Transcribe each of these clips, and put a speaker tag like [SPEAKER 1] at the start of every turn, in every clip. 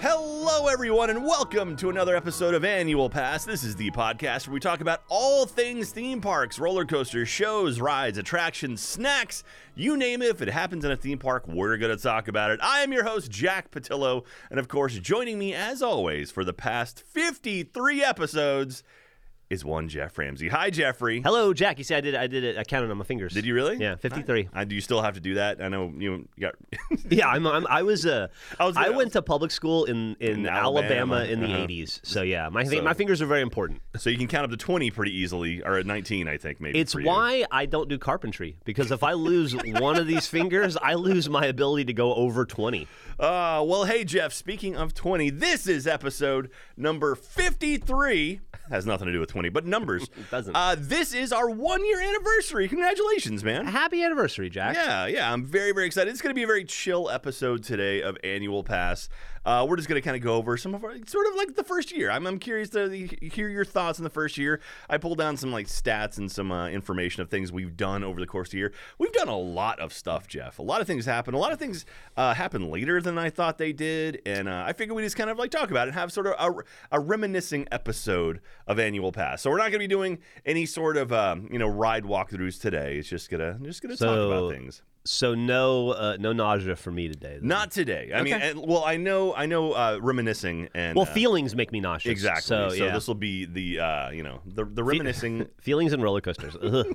[SPEAKER 1] Hello, everyone, and welcome to another episode of Annual Pass. This is the podcast where we talk about all things theme parks, roller coasters, shows, rides, attractions, snacks you name it. If it happens in a theme park, we're going to talk about it. I am your host, Jack Patillo, and of course, joining me as always for the past 53 episodes is one Jeff Ramsey. Hi, Jeffrey.
[SPEAKER 2] Hello, Jack. You see, I did. I did it. I counted on my fingers.
[SPEAKER 1] Did you really?
[SPEAKER 2] Yeah, 53.
[SPEAKER 1] I, Uh, do you still have to do that? I know you got.
[SPEAKER 2] Yeah, I'm, I'm, I was. Uh,
[SPEAKER 1] I
[SPEAKER 2] I,
[SPEAKER 1] was gonna-
[SPEAKER 2] went to public school in in,
[SPEAKER 1] In Alabama.
[SPEAKER 2] Alabama, in the
[SPEAKER 1] Uh-huh.
[SPEAKER 2] 80s. So yeah, my
[SPEAKER 1] So-
[SPEAKER 2] my fingers are very important.
[SPEAKER 1] so you can count up to 20 pretty easily, or 19, I think, maybe.
[SPEAKER 2] It's
[SPEAKER 1] for you.
[SPEAKER 2] why I don't do carpentry because if I lose one of these fingers, I lose my ability to go over 20.
[SPEAKER 1] Uh, well, hey, Jeff, speaking of 20, this is episode number 53. Has nothing to do with 20, but numbers. it
[SPEAKER 2] doesn't.
[SPEAKER 1] Uh, this is our one year anniversary. Congratulations, man.
[SPEAKER 2] Happy anniversary, Jack.
[SPEAKER 1] Yeah, yeah, I'm very, very excited. It's going to be a very chill episode today of Annual Pass. Uh, we're just going to kind of go over some of our, sort of like the first year. I'm, I'm curious to hear your thoughts on the first year. I pulled down some like stats and some uh, information of things we've done over the course of the year. We've done a lot of stuff, Jeff. A lot of things happen. A lot of things uh, happen later than I thought they did, and uh, I figured we just kind of like talk about it and have sort of a, a reminiscing episode of Annual Pass. So we're not going to be doing any sort of um, you know ride walkthroughs today. It's just gonna just gonna talk about
[SPEAKER 2] So-
[SPEAKER 1] things.
[SPEAKER 2] So no uh, no nausea for me today. then.
[SPEAKER 1] Not today. I mean, and, well, I know, I know, uh, reminiscing and
[SPEAKER 2] well,
[SPEAKER 1] uh,
[SPEAKER 2] feelings make me nauseous.
[SPEAKER 1] exactly.
[SPEAKER 2] So, yeah.
[SPEAKER 1] this will be the uh, you know the the reminiscing.
[SPEAKER 2] feelings and roller coasters. Ugh.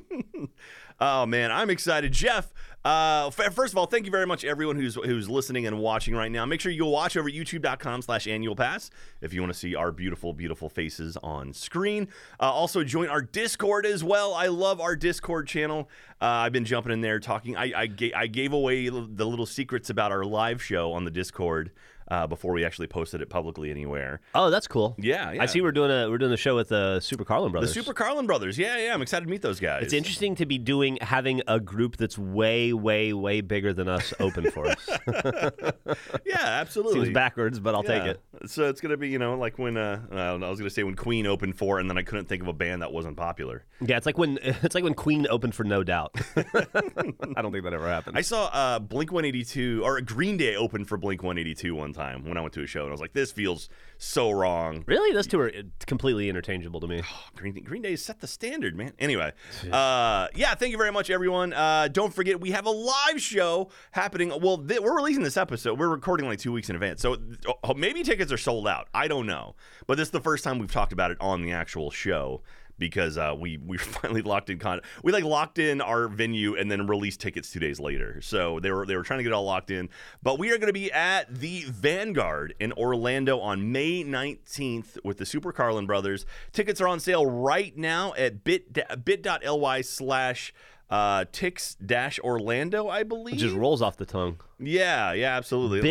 [SPEAKER 1] oh man, I'm excited, Jeff. Uh, f- first of all, thank you very much, everyone who's who's listening and watching right now. Make sure you watch over at YouTube.com/slash Annual Pass if you want to see our beautiful, beautiful faces on screen. Uh, also, join our Discord as well. I love our Discord channel. Uh, I've been jumping in there talking. I I, ga- I gave away the little secrets about our live show on the Discord uh, before we actually posted it publicly anywhere.
[SPEAKER 2] oh, that's cool.
[SPEAKER 1] Yeah, yeah.
[SPEAKER 2] I see. We're doing a we're doing a show with the Super Carlin
[SPEAKER 1] The
[SPEAKER 2] brothers.
[SPEAKER 1] Super Carlin brothers. Yeah, yeah. I'm excited to meet those guys.
[SPEAKER 2] It's interesting to be doing having a group that's way, way, way bigger than us open for us.
[SPEAKER 1] Yeah, absolutely.
[SPEAKER 2] Seems backwards, but I'll take it.
[SPEAKER 1] So it's gonna be, you know, like when uh, I don't know, I was gonna say when Queen opened for, and then I couldn't think of a band that wasn't popular.
[SPEAKER 2] Yeah, it's like when it's like when Queen opened for No Doubt. I don't think that ever happened.
[SPEAKER 1] I saw uh, Blink 182 or Green Day open for Blink 182 one time when I went to a show, and I was like, this feels so wrong.
[SPEAKER 2] really, those two are uh, completely interchangeable to me.
[SPEAKER 1] Oh, Green Day, Green Day set the standard, man. Anyway, uh, yeah, thank you very much, everyone. Uh, don't forget, we have a live show happening. Well, th- we're releasing this episode. We're recording like two weeks in advance, so th- oh, maybe tickets are sold out. I don't know, but this is the first time we've talked about it on the actual show because uh, we we finally locked in con. We like locked in our venue and then released tickets two days later. So they were they were trying to get it all locked in, but we are going to be at the Vanguard in Orlando on May 19th with the Super Carlin Brothers. Tickets are on sale right now at bit bit.ly slash. Uh, ticks dash Orlando, I believe.
[SPEAKER 2] It just rolls off the tongue.
[SPEAKER 1] yeah, yeah, absolutely.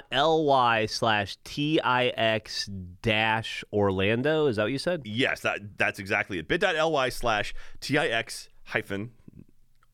[SPEAKER 2] Bit.ly slash TIX dash Orlando. Is that what you said?
[SPEAKER 1] Yes, that that's exactly it. Bit.ly slash tix hyphen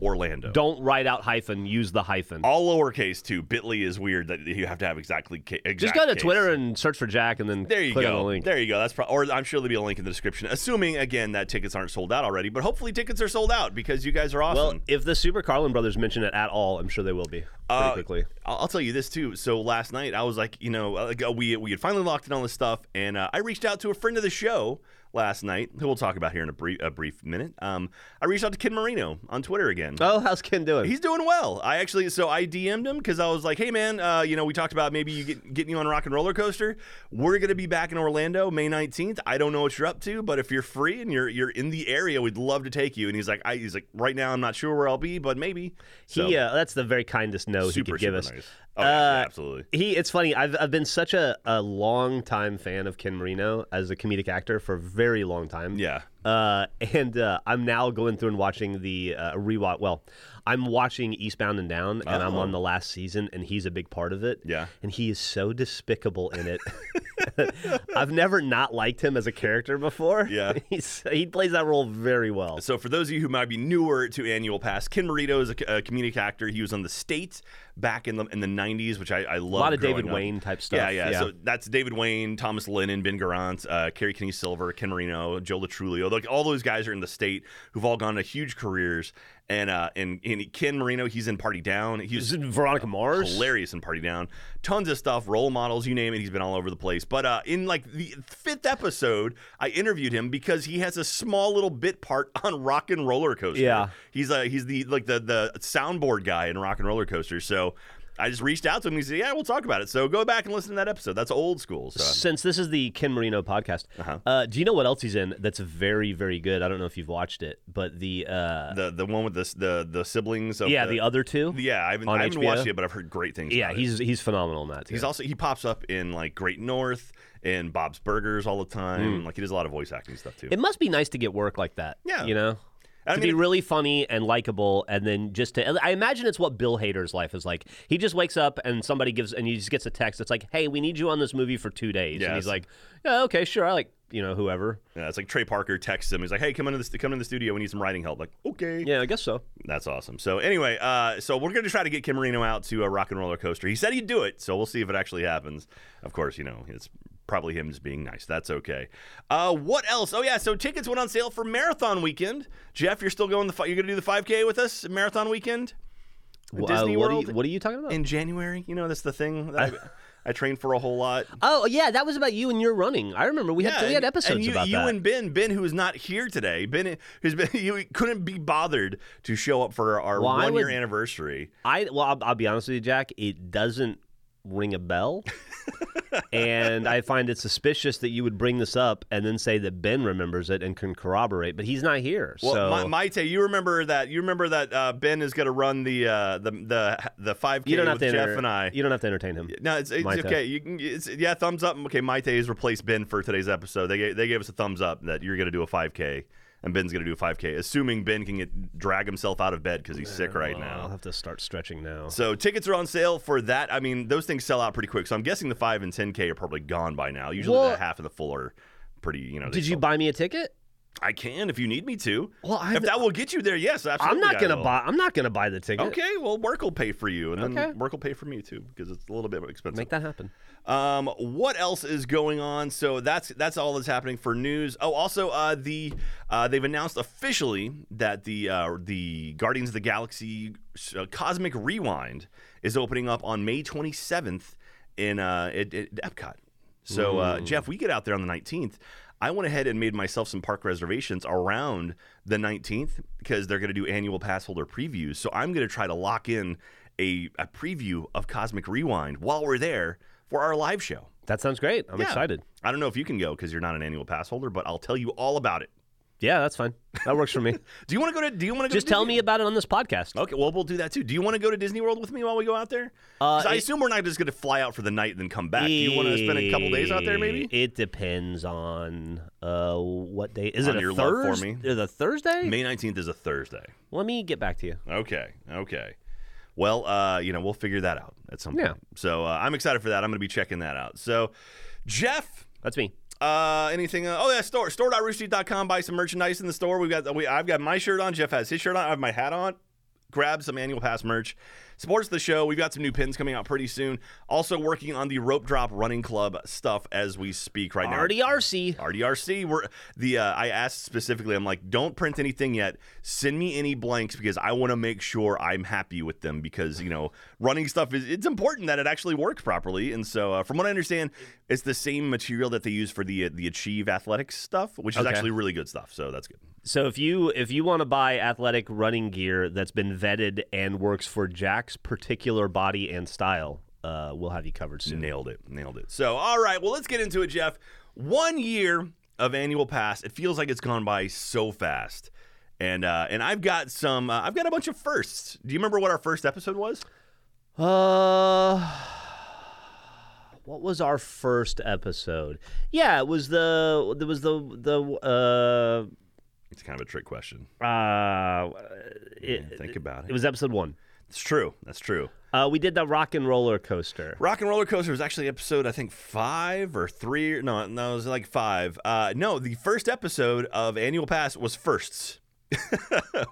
[SPEAKER 1] Orlando.
[SPEAKER 2] Don't write out hyphen, use the hyphen.
[SPEAKER 1] all lowercase too. Bitly is weird that you have to have exactly. Ca- exact
[SPEAKER 2] just go to
[SPEAKER 1] case.
[SPEAKER 2] Twitter and search for Jack and then
[SPEAKER 1] There you
[SPEAKER 2] click
[SPEAKER 1] go.
[SPEAKER 2] on the link.
[SPEAKER 1] There you go. That's pro- or I'm sure there'll be a link in the description. Assuming again that tickets aren't sold out already, but hopefully tickets are sold out because you guys are
[SPEAKER 2] Well,
[SPEAKER 1] awesome.
[SPEAKER 2] if the Super Carlin brothers mention it at all, I'm sure they will be pretty
[SPEAKER 1] Uh,
[SPEAKER 2] quickly.
[SPEAKER 1] I'll I'll tell you this too. So last night I was like, you know, like, uh, we we had finally locked in all this stuff, and uh, I reached out to a friend of the show last night, who we'll talk about here in a brief a brief minute. Um, I reached out to Kid Marino on Twitter again.
[SPEAKER 2] Oh, how's Ken doing?
[SPEAKER 1] He's doing well. I actually, so I DM'd him because I was like, hey, man, uh, you know, we talked about maybe you get, getting you on Rock and Roller Coaster. We're going to be back in Orlando May 19th. I don't know what you're up to, but if you're free and you're you're in the area, we'd love to take you. And he's like, I, he's like, right now, I'm not sure where I'll be, but maybe. So,
[SPEAKER 2] he uh, that's the very kindest no he
[SPEAKER 1] super,
[SPEAKER 2] could give
[SPEAKER 1] super
[SPEAKER 2] us.
[SPEAKER 1] nice. Oh, yeah, yeah,
[SPEAKER 2] Uh,
[SPEAKER 1] absolutely.
[SPEAKER 2] He it's funny. I've I've been such a, a long time fan of Ken Marino as a comedic actor for a very long time.
[SPEAKER 1] Yeah.
[SPEAKER 2] Uh, and uh, I'm now going through and watching the uh, rewatch. Well, I'm watching Eastbound and Down, and I'm on the last season, and he's a big part of it.
[SPEAKER 1] Oh. Yeah.
[SPEAKER 2] and he is so despicable in it. I've never not liked him as a character before.
[SPEAKER 1] Yeah.
[SPEAKER 2] He's, he plays that role very well.
[SPEAKER 1] So, for those of you who might be newer to Annual Pass, Ken Marito is a, c- a comedic actor. He was on The State back in the in the '90s, which I, I love.
[SPEAKER 2] A lot of David
[SPEAKER 1] growing up.
[SPEAKER 2] Wayne type stuff.
[SPEAKER 1] Yeah, yeah, So that's David Wayne, Thomas Lennon, Ben Garant, uh, Kerry Kenny Silver, Ken Marino, Joe Latrulio. Like all those guys are in the state who've all gone to huge careers. And uh, and, and Ken Marino, he's in Party Down. He's
[SPEAKER 2] Is it Veronica Mars?
[SPEAKER 1] hilarious in Party Down. Tons of stuff, role models, you name it. He's been all over the place. But uh, in like the fifth episode, I interviewed him because he has a small little bit part on Rock and Roller Coaster.
[SPEAKER 2] Yeah.
[SPEAKER 1] he's uh, he's the like the the soundboard guy in Rock and Roller Coaster. So. I just reached out to him. and He said, "Yeah, we'll talk about it." So go back and listen to that episode. That's old school. So
[SPEAKER 2] Since this is the Ken Marino podcast,
[SPEAKER 1] Uh-huh.
[SPEAKER 2] uh, do you know what else he's in that's very, very good? I don't know if you've watched it, but the uh,
[SPEAKER 1] the the one with the the the siblings. Of
[SPEAKER 2] yeah, the, other two,
[SPEAKER 1] yeah. I haven't,
[SPEAKER 2] on
[SPEAKER 1] I haven't
[SPEAKER 2] HBO?
[SPEAKER 1] watched it, but I've heard great things.
[SPEAKER 2] yeah,
[SPEAKER 1] about it.
[SPEAKER 2] he's he's phenomenal in that. Too.
[SPEAKER 1] He's also he pops up in like Great North and Bob's Burgers all the
[SPEAKER 2] Hmm.
[SPEAKER 1] time. Like he does a lot of voice acting stuff too.
[SPEAKER 2] it must be nice to get work like that.
[SPEAKER 1] Yeah.
[SPEAKER 2] you know,
[SPEAKER 1] I
[SPEAKER 2] to
[SPEAKER 1] mean,
[SPEAKER 2] be really funny and likable, and then just to I imagine it's what Bill Hader's life is like. He just wakes up and somebody gives and he just gets a text. that's like, hey, we need you on this movie for two days, and
[SPEAKER 1] Yes.
[SPEAKER 2] he's like, yeah, okay, sure, I like you know whoever.
[SPEAKER 1] yeah, it's like Trey Parker texts him. He's like, "Hey, come into the come into the studio. We need some writing help." Like, okay,
[SPEAKER 2] Yeah, I guess so.
[SPEAKER 1] that's awesome. So anyway, uh, so we're gonna try to get Kim Marino out to a rock and roller coaster. He said he'd do it, so we'll see if it actually happens. Of course, you know it's. Probably him just being nice. That's okay. Uh, what else? Oh yeah, so tickets went on sale for marathon weekend. Jeff, you're still going the fi- you're gonna do the 5K with us at marathon weekend At
[SPEAKER 2] Wh- uh,
[SPEAKER 1] Disney
[SPEAKER 2] what, are
[SPEAKER 1] World?
[SPEAKER 2] you, what are you talking about?
[SPEAKER 1] in January. You know that's the thing that I, I train for a whole lot.
[SPEAKER 2] Oh yeah, that was about you and your running. I remember we had we had
[SPEAKER 1] and-
[SPEAKER 2] episodes
[SPEAKER 1] and you,
[SPEAKER 2] about
[SPEAKER 1] you
[SPEAKER 2] that.
[SPEAKER 1] and Ben, Ben who is not here today, Ben who's been you couldn't be bothered to show up for our
[SPEAKER 2] Well, I
[SPEAKER 1] one year
[SPEAKER 2] would-
[SPEAKER 1] anniversary.
[SPEAKER 2] I well, I'll, I'll be honest with you, Jack. It doesn't ring a bell, and I find it suspicious that you would bring this up and then say that Ben remembers it and can corroborate, but he's not here.
[SPEAKER 1] Well,
[SPEAKER 2] so
[SPEAKER 1] my, Maite, you remember that you remember that uh, Ben is going to run the uh, the the the five k
[SPEAKER 2] you don't have
[SPEAKER 1] with
[SPEAKER 2] to
[SPEAKER 1] Jeff
[SPEAKER 2] enter-
[SPEAKER 1] and I.
[SPEAKER 2] You don't have to entertain him.
[SPEAKER 1] No, it's, it's
[SPEAKER 2] Maite.
[SPEAKER 1] okay. You can, it's, yeah, thumbs up. Okay, Maite has replaced Ben for today's episode. They gave, they gave us a thumbs up that you're going to do a 5K and Ben's going to do a 5K, assuming Ben can get drag himself out of bed because he's sick right
[SPEAKER 2] Well,
[SPEAKER 1] now.
[SPEAKER 2] I'll have to start stretching now.
[SPEAKER 1] So tickets are on sale for that. I mean, those things sell out pretty quick. So I'm guessing the five and ten k are probably gone by now. Usually
[SPEAKER 2] Well-
[SPEAKER 1] the half and the full are pretty. You know, they
[SPEAKER 2] Did you
[SPEAKER 1] sell-
[SPEAKER 2] buy me a ticket?
[SPEAKER 1] I can if you need me to.
[SPEAKER 2] Well, I've-
[SPEAKER 1] if that will get you there, yes, absolutely.
[SPEAKER 2] I'm not
[SPEAKER 1] I
[SPEAKER 2] gonna
[SPEAKER 1] will.
[SPEAKER 2] buy. I'm not gonna buy the ticket.
[SPEAKER 1] Okay, well, work will pay for you, and then
[SPEAKER 2] Okay.
[SPEAKER 1] work will pay for me too because it's a little bit more expensive.
[SPEAKER 2] Make that happen.
[SPEAKER 1] Um, what else is going on? So that's that's all that's happening for news. Oh, also, uh, the uh, they've announced officially that the uh, the Guardians of the Galaxy uh, Cosmic Rewind is opening up on May 27th in uh, at, at Epcot. So uh, Jeff, we get out there on the 19th. I went ahead and made myself some park reservations around the 19th because they're going to do annual pass holder previews. So I'm going to try to lock in a, a preview of Cosmic Rewind while we're there for our live show.
[SPEAKER 2] That sounds great. I'm
[SPEAKER 1] Yeah.
[SPEAKER 2] excited.
[SPEAKER 1] I don't know if you can go because you're not an annual pass holder, but I'll tell you all about it.
[SPEAKER 2] Yeah, that's fine. That works for me.
[SPEAKER 1] Do you want to go to? Do you want to go?
[SPEAKER 2] Just
[SPEAKER 1] to
[SPEAKER 2] tell
[SPEAKER 1] Disney-
[SPEAKER 2] me about it on this podcast.
[SPEAKER 1] Okay, well we'll do that too. Do you want to go to Disney World with me while we go out there? 'Cause I
[SPEAKER 2] Uh, it-
[SPEAKER 1] assume we're not just going to fly out for the night and then come back. Do you want to spend a couple days out there, maybe?
[SPEAKER 2] It depends on uh, what day. Is
[SPEAKER 1] On
[SPEAKER 2] it a
[SPEAKER 1] your love for
[SPEAKER 2] Thursday?
[SPEAKER 1] me.
[SPEAKER 2] Is it a Thursday?
[SPEAKER 1] May 19th is a Thursday.
[SPEAKER 2] Let me get back to you.
[SPEAKER 1] Okay. Okay. Well, uh, you know, we'll figure that out at some point.
[SPEAKER 2] Yeah.
[SPEAKER 1] So uh, I'm excited for that. I'm going to be checking that out. So, Jeff,
[SPEAKER 2] That's me.
[SPEAKER 1] uh, anything? Uh, oh yeah, store store.roosterteeth.com. Buy some merchandise in the store. We've got we, I've got my shirt on. Jeff has his shirt on. I have my hat on. Grab some annual pass merch. Supports the show. We've got some new pins coming out pretty soon. Also working on the rope drop running club stuff as we speak right now.
[SPEAKER 2] RDRC.
[SPEAKER 1] RDRC. We're the uh, I asked specifically. I'm like, don't print anything yet. Send me any blanks because I want to make sure I'm happy with them because you know running stuff is it's important that it actually works properly. And so, uh, from what I understand, it's the same material that they use for the the Achieve Athletics stuff, which is
[SPEAKER 2] Okay.
[SPEAKER 1] actually really good stuff. So that's good.
[SPEAKER 2] So if you if you want to buy athletic running gear that's been vetted and works for Jack's particular body and style, uh, we'll have you covered soon.
[SPEAKER 1] Nailed it. Nailed it. So, all right. Well, let's get into it, Jeff. One year of annual pass. It feels like it's gone by so fast. And uh, and I've got some. Uh, I've got a bunch of firsts. Do you remember what our first episode was?
[SPEAKER 2] Uh, what was our first episode? Yeah, it was the there was the the uh,
[SPEAKER 1] It's kind of a trick question.
[SPEAKER 2] Uh, it,
[SPEAKER 1] Yeah, think about it.
[SPEAKER 2] it was episode one.
[SPEAKER 1] It's true. That's true.
[SPEAKER 2] Uh, we did the rock and roller coaster.
[SPEAKER 1] Rock and Roller Coaster was actually episode I think five or three. Or, no, no, it was like five. Uh, no, the first episode of Annual Pass was firsts.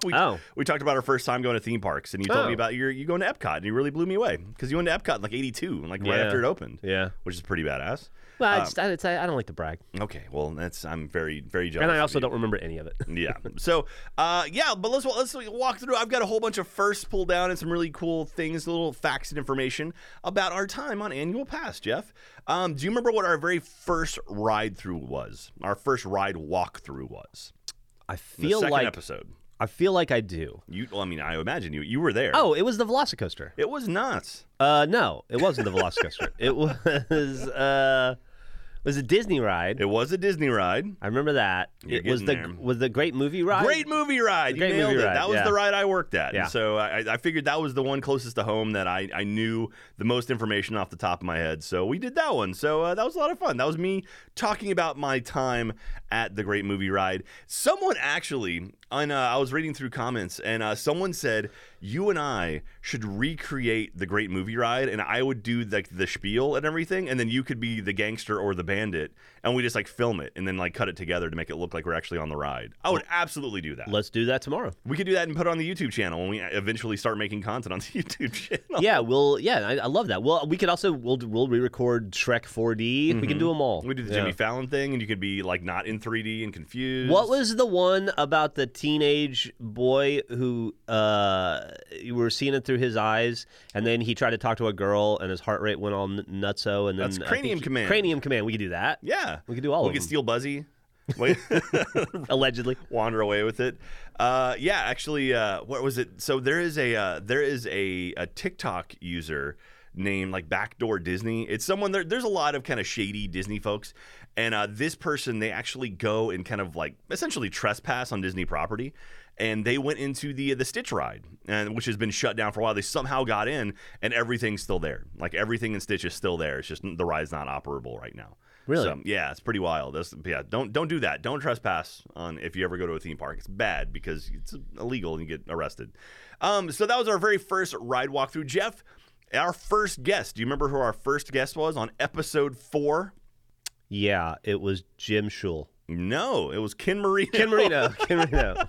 [SPEAKER 1] we,
[SPEAKER 2] Oh.
[SPEAKER 1] we talked about our first time going to theme parks, and you told
[SPEAKER 2] Oh.
[SPEAKER 1] me about your you going to Epcot, and you really blew me away because you went to Epcot in like '82, like right
[SPEAKER 2] Yeah.
[SPEAKER 1] after it opened,
[SPEAKER 2] Yeah.
[SPEAKER 1] which is pretty badass.
[SPEAKER 2] Well, I, just, I, it's, I don't like to brag,
[SPEAKER 1] Okay, well that's I'm very very jealous.
[SPEAKER 2] and I
[SPEAKER 1] of
[SPEAKER 2] also
[SPEAKER 1] you.
[SPEAKER 2] don't remember any of it.
[SPEAKER 1] yeah. So, uh, yeah, but let's let's walk through. I've got a whole bunch of firsts pulled down and some really cool things, little facts and information about our time on annual pass. Jeff, um, do you remember what our very first ride through was? Our first ride walkthrough was
[SPEAKER 2] I
[SPEAKER 1] the
[SPEAKER 2] feel
[SPEAKER 1] second
[SPEAKER 2] like
[SPEAKER 1] episode.
[SPEAKER 2] I feel like I do.
[SPEAKER 1] You, well, I mean, I imagine you you were there.
[SPEAKER 2] Oh, it was the Velocicoaster.
[SPEAKER 1] it was not.
[SPEAKER 2] Uh, no, it wasn't the Velocicoaster. it was uh, it was a Disney ride.
[SPEAKER 1] It was a Disney ride.
[SPEAKER 2] I remember that.
[SPEAKER 1] You're
[SPEAKER 2] it was the
[SPEAKER 1] getting there.
[SPEAKER 2] was the great movie ride.
[SPEAKER 1] Great movie ride. You
[SPEAKER 2] Great
[SPEAKER 1] nailed
[SPEAKER 2] movie
[SPEAKER 1] it.
[SPEAKER 2] ride,
[SPEAKER 1] that was
[SPEAKER 2] yeah.
[SPEAKER 1] the ride I worked at.
[SPEAKER 2] Yeah.
[SPEAKER 1] And so I, I figured that was the one closest to home that I, I knew the most information off the top of my head. So we did that one. So uh, that was a lot of fun. That was me talking about my time at the Great Movie Ride. Someone actually, on, uh, I was reading through comments, and uh, someone said, You and I should recreate the Great Movie Ride, and I would do like the spiel and everything, and then you could be the gangster or the bandit, and we just like film it and then like cut it together to make it look like we're actually on the ride. I would absolutely do that.
[SPEAKER 2] Let's do that tomorrow.
[SPEAKER 1] We could do that and put it on the YouTube channel when we eventually start making content on the YouTube channel.
[SPEAKER 2] Yeah, we'll. Yeah, I, I love that. Well, we could also we'll do- we'll re-record Shrek 4D. We can do them all.
[SPEAKER 1] Mm-hmm. We do the
[SPEAKER 2] Yeah.
[SPEAKER 1] Jimmy Fallon thing, and you could be like not in 3D and confused.
[SPEAKER 2] What was the one about the teenage boy who uh, you were seeing it through his eyes, and then he tried to talk to a girl, and his heart rate went all n- nutso, and then
[SPEAKER 1] That's
[SPEAKER 2] I think
[SPEAKER 1] Cranium
[SPEAKER 2] he-
[SPEAKER 1] Command.
[SPEAKER 2] Cranium command. We could do that.
[SPEAKER 1] Yeah,
[SPEAKER 2] We could do all
[SPEAKER 1] we
[SPEAKER 2] of
[SPEAKER 1] could
[SPEAKER 2] them.
[SPEAKER 1] steal Buzzy, Wait,
[SPEAKER 2] Allegedly.
[SPEAKER 1] wander away with it. Uh, yeah, actually, uh, what was it? So there is a uh, there is a, a TikTok user named like Backdoor Disney. It's someone there. There's a lot of kind of shady Disney folks, and uh, this person they actually go and kind of like essentially trespass on Disney property. and they went into the the Stitch ride, and which has been shut down for a while. They somehow got in, and everything's still there. Like everything in Stitch is still there. It's just the ride's not operable right now.
[SPEAKER 2] Really?
[SPEAKER 1] So, yeah, it's pretty wild. That's, yeah, don't don't do that. Don't trespass on if you ever go to a theme park. It's bad because it's illegal and you get arrested. Um, so that was our very first ride walkthrough. Jeff, our first guest. Do you remember who our first guest was on episode four?
[SPEAKER 2] Yeah, it was Jim Shul.
[SPEAKER 1] No, it was Ken Marino.
[SPEAKER 2] Ken Marino. Ken Marino.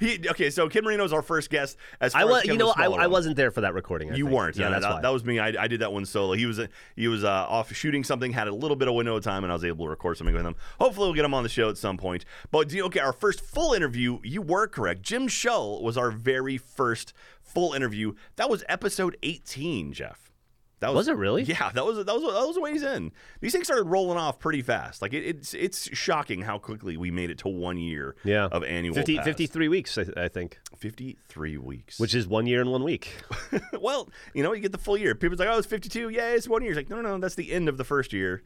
[SPEAKER 1] He, okay, so Ken Marino's our first guest. As far
[SPEAKER 2] I was.
[SPEAKER 1] as Ken
[SPEAKER 2] You know,
[SPEAKER 1] the
[SPEAKER 2] I,
[SPEAKER 1] smaller
[SPEAKER 2] I
[SPEAKER 1] one.
[SPEAKER 2] wasn't there for that recording. I
[SPEAKER 1] You
[SPEAKER 2] think.
[SPEAKER 1] weren't.
[SPEAKER 2] Yeah,
[SPEAKER 1] no,
[SPEAKER 2] that's
[SPEAKER 1] that,
[SPEAKER 2] why.
[SPEAKER 1] that was me. I, I did that one solo. He was he was uh, off shooting something, had a little bit of window of time, and I was able to record something with him. Hopefully, we'll get him on the show at some point. But do you- okay, our first full interview. You were correct. Jim Shull was our very first full interview. That was episode eighteen, Jeff. That
[SPEAKER 2] Was it really?
[SPEAKER 1] Yeah, that was that was that was a ways in. These things started rolling off pretty fast. Like it, it's it's shocking how quickly we made it to one year
[SPEAKER 2] Yeah.
[SPEAKER 1] of annual
[SPEAKER 2] 50,
[SPEAKER 1] pass.
[SPEAKER 2] 53 weeks, I, I think,
[SPEAKER 1] 53 weeks.
[SPEAKER 2] which is one year and one week.
[SPEAKER 1] well, you know, you get the full year. People's like, oh, it's 52. Yeah, it's one year. It's like, no, no, no, that's the end of the first year,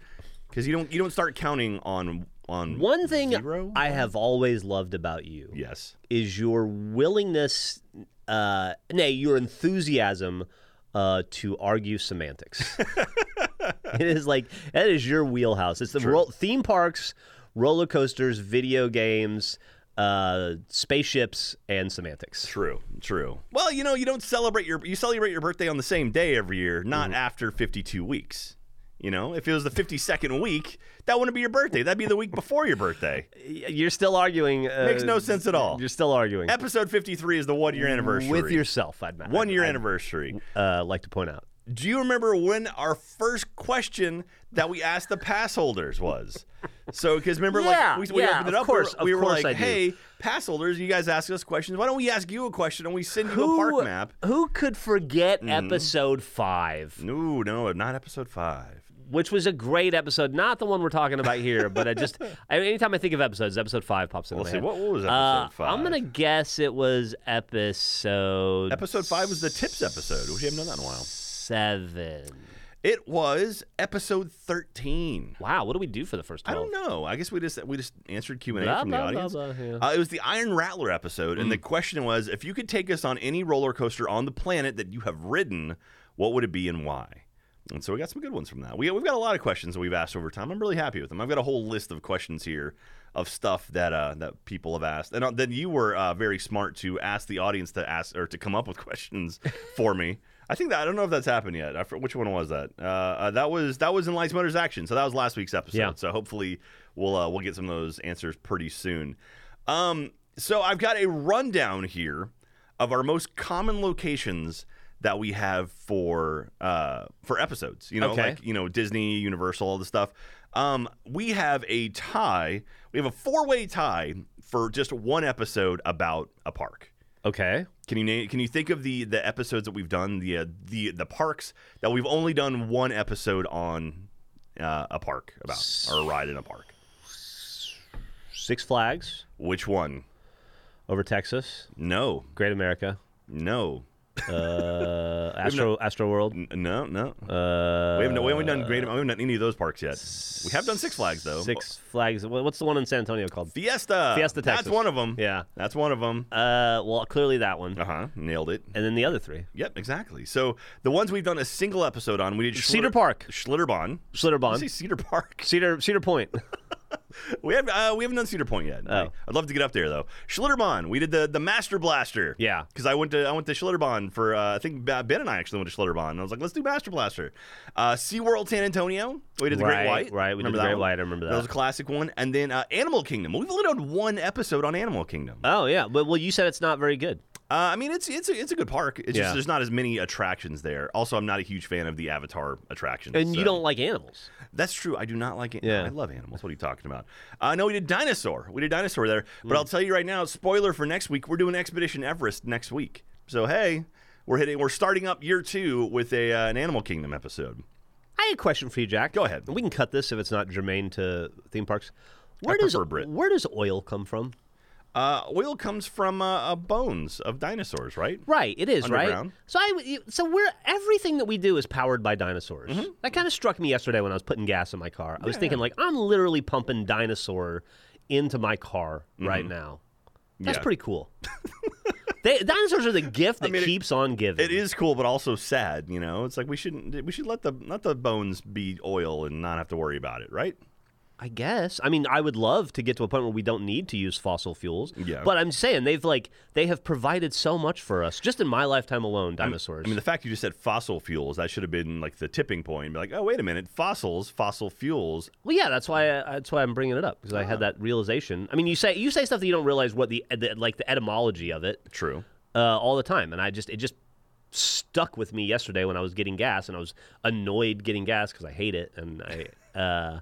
[SPEAKER 1] because you don't you don't start counting on on
[SPEAKER 2] One thing
[SPEAKER 1] Zero?
[SPEAKER 2] I have always loved about you
[SPEAKER 1] Yes,
[SPEAKER 2] is your willingness, uh, nay, your enthusiasm uh, to argue semantics. it is like that is your wheelhouse. It's the ro- theme parks, roller coasters, video games, uh, spaceships, and semantics.
[SPEAKER 1] true, true. Well, you know, you don't celebrate your you celebrate your birthday on the same day every year, not
[SPEAKER 2] Mm-hmm.
[SPEAKER 1] after 52 weeks. You know, if it was the 52nd week, that wouldn't be your birthday. That'd be the week before your birthday.
[SPEAKER 2] Y- You're still arguing. Uh,
[SPEAKER 1] Makes no sense at all.
[SPEAKER 2] You're still arguing
[SPEAKER 1] Episode 53 is the one year anniversary.
[SPEAKER 2] with yourself. I'd
[SPEAKER 1] one year anniversary.
[SPEAKER 2] Uh, like to point out.
[SPEAKER 1] Do you remember when our first question that we asked the pass holders was? So, because remember,
[SPEAKER 2] Yeah,
[SPEAKER 1] like we, we
[SPEAKER 2] yeah,
[SPEAKER 1] opened it up,
[SPEAKER 2] of
[SPEAKER 1] we were-
[SPEAKER 2] course, of
[SPEAKER 1] we were,
[SPEAKER 2] course I
[SPEAKER 1] like,
[SPEAKER 2] do.
[SPEAKER 1] "Hey, pass holders, you guys ask us questions. Why don't we ask you a question and we send you a park map?"
[SPEAKER 2] Who could forget
[SPEAKER 1] Mm-hmm.
[SPEAKER 2] episode five,
[SPEAKER 1] No, no, not episode five.
[SPEAKER 2] which was a great episode, not the one we're talking about here, but I just I, anytime I think of episodes, episode five pops in
[SPEAKER 1] Let's
[SPEAKER 2] my
[SPEAKER 1] see,
[SPEAKER 2] head.
[SPEAKER 1] what, what was episode
[SPEAKER 2] Uh,
[SPEAKER 1] five?
[SPEAKER 2] I'm gonna guess it was episode
[SPEAKER 1] Episode five was the tips episode. We haven't done that in a while.
[SPEAKER 2] seven.
[SPEAKER 1] It was episode thirteen.
[SPEAKER 2] Wow, what do we do for the first
[SPEAKER 1] I
[SPEAKER 2] twelve?
[SPEAKER 1] don't know. I guess we just we just answered Q and A
[SPEAKER 2] Blah,
[SPEAKER 1] from the
[SPEAKER 2] blah, blah,
[SPEAKER 1] audience.
[SPEAKER 2] blah, yeah. Mm.
[SPEAKER 1] uh, it was the Iron Rattler episode, and the question was: if you could take us on any roller coaster on the planet that you have ridden, what would it be and why? And so we got some good ones from that. We we've got a lot of questions that we've asked over time. I'm really happy with them. I've got a whole list of questions here of stuff that uh, that people have asked, and uh, then you were uh, very smart to ask the audience to ask or to come up with questions for me. I think that I don't know if that's happened yet. I, for- which one was that? Uh, uh, that was that was in Lights Motors Action, so that was last week's episode.
[SPEAKER 2] Yeah.
[SPEAKER 1] So hopefully we'll uh, we'll get some of those answers pretty soon. Um, so I've got a rundown here of our most common locations that we have for uh, for episodes. You know,
[SPEAKER 2] Okay.
[SPEAKER 1] like you know Disney, Universal, all this stuff. Um, we have a tie. We have a four way tie for just one episode about a park.
[SPEAKER 2] Okay.
[SPEAKER 1] Can you name, can you think of the the episodes that we've done the uh, the the parks that we've only done one episode on uh, a park about or a ride in a park?
[SPEAKER 2] Six Flags
[SPEAKER 1] Which one?
[SPEAKER 2] over Texas.
[SPEAKER 1] No,
[SPEAKER 2] Great America.
[SPEAKER 1] no,
[SPEAKER 2] Uh, Astro Astro World.
[SPEAKER 1] N- no, no.
[SPEAKER 2] Uh,
[SPEAKER 1] we haven't we haven't done great. We haven't done any of those parks yet. We have done Six Flags though.
[SPEAKER 2] Six Flags. wha- What's the one in San Antonio called?
[SPEAKER 1] Fiesta.
[SPEAKER 2] Fiesta,
[SPEAKER 1] That's
[SPEAKER 2] Texas.
[SPEAKER 1] one of them.
[SPEAKER 2] Yeah.
[SPEAKER 1] That's one of them.
[SPEAKER 2] Uh, well, clearly that one,
[SPEAKER 1] Uh huh. Nailed it.
[SPEAKER 2] and then the other three.
[SPEAKER 1] Yep, exactly. So the ones we've done a single episode on, we did Schlitter-
[SPEAKER 2] Cedar Park.
[SPEAKER 1] Schlitterbahn. I say
[SPEAKER 2] Schlitterbahn,
[SPEAKER 1] Cedar Park.
[SPEAKER 2] Cedar Cedar Point.
[SPEAKER 1] We have uh, we haven't done Cedar Point yet.
[SPEAKER 2] Oh.
[SPEAKER 1] I'd love to get up there though. Schlitterbahn. We did the the Master Blaster.
[SPEAKER 2] Yeah.
[SPEAKER 1] Because I went to I went to Schlitterbahn for uh, I think Ba- Ben and I actually went to Schlitterbahn. And I was like, let's do Master Blaster. Uh, SeaWorld San Antonio. We did the
[SPEAKER 2] Right,
[SPEAKER 1] Great White.
[SPEAKER 2] right, we did
[SPEAKER 1] Remember
[SPEAKER 2] the
[SPEAKER 1] that
[SPEAKER 2] Great
[SPEAKER 1] one?
[SPEAKER 2] White, I remember that.
[SPEAKER 1] was a classic one. And then uh, Animal Kingdom. We've only done one episode on Animal Kingdom.
[SPEAKER 2] Oh yeah, but well, you said it's not very good.
[SPEAKER 1] Uh, I mean, it's it's a, it's a good park. It's
[SPEAKER 2] Yeah.
[SPEAKER 1] just there's not as many attractions there. Also, I'm not a huge fan of the Avatar attractions.
[SPEAKER 2] And
[SPEAKER 1] so-
[SPEAKER 2] you don't like animals.
[SPEAKER 1] That's true. I do not like it.
[SPEAKER 2] Yeah.
[SPEAKER 1] I love animals. What are you talking about? Uh, no, we did dinosaur. We did dinosaur there. But I'll tell you right now, spoiler for next week, we're doing Expedition Everest next week. So hey, we're hitting. We're starting up year two with a uh, an Animal Kingdom episode.
[SPEAKER 2] I have a question for you, Jack.
[SPEAKER 1] Go ahead.
[SPEAKER 2] And we can cut this if it's not germane to theme parks. Where does
[SPEAKER 1] prefer Brit.
[SPEAKER 2] where does oil come from?
[SPEAKER 1] Uh, oil comes from uh, uh, bones of dinosaurs, right?
[SPEAKER 2] Right, it is right.
[SPEAKER 1] Underground.
[SPEAKER 2] So I you- so we're everything that we do is powered by dinosaurs.
[SPEAKER 1] Mm-hmm.
[SPEAKER 2] That kind of struck me yesterday when I was putting gas in my car. I was thinking like I'm literally pumping dinosaur into my car right now.
[SPEAKER 1] Mm-hmm.
[SPEAKER 2] That's
[SPEAKER 1] Yeah.
[SPEAKER 2] pretty cool. they, dinosaurs are the gift that
[SPEAKER 1] mean, it-
[SPEAKER 2] keeps on giving.
[SPEAKER 1] It is cool, but also sad. You know, it's like we shouldn't. We should let the let the bones be oil and not have to worry about it, right?
[SPEAKER 2] I guess. I mean, I would love to get to a point where we don't need to use fossil fuels.
[SPEAKER 1] Yeah.
[SPEAKER 2] But I'm saying they've like they have provided so much for us just in my lifetime alone. Dinosaurs.
[SPEAKER 1] I mean, the fact you just said fossil fuels, that should have been like the tipping point. Be like, oh, wait a minute, fossils, fossil fuels.
[SPEAKER 2] well, yeah, that's why I, that's why I'm bringing it up because I
[SPEAKER 1] Uh-huh.
[SPEAKER 2] had that realization. I mean, you say you say stuff that you don't realize what the, the like the etymology of it
[SPEAKER 1] True.
[SPEAKER 2] uh, all the time, and I just it just stuck with me yesterday when I was getting gas, and I was annoyed getting gas because I hate it, and I uh,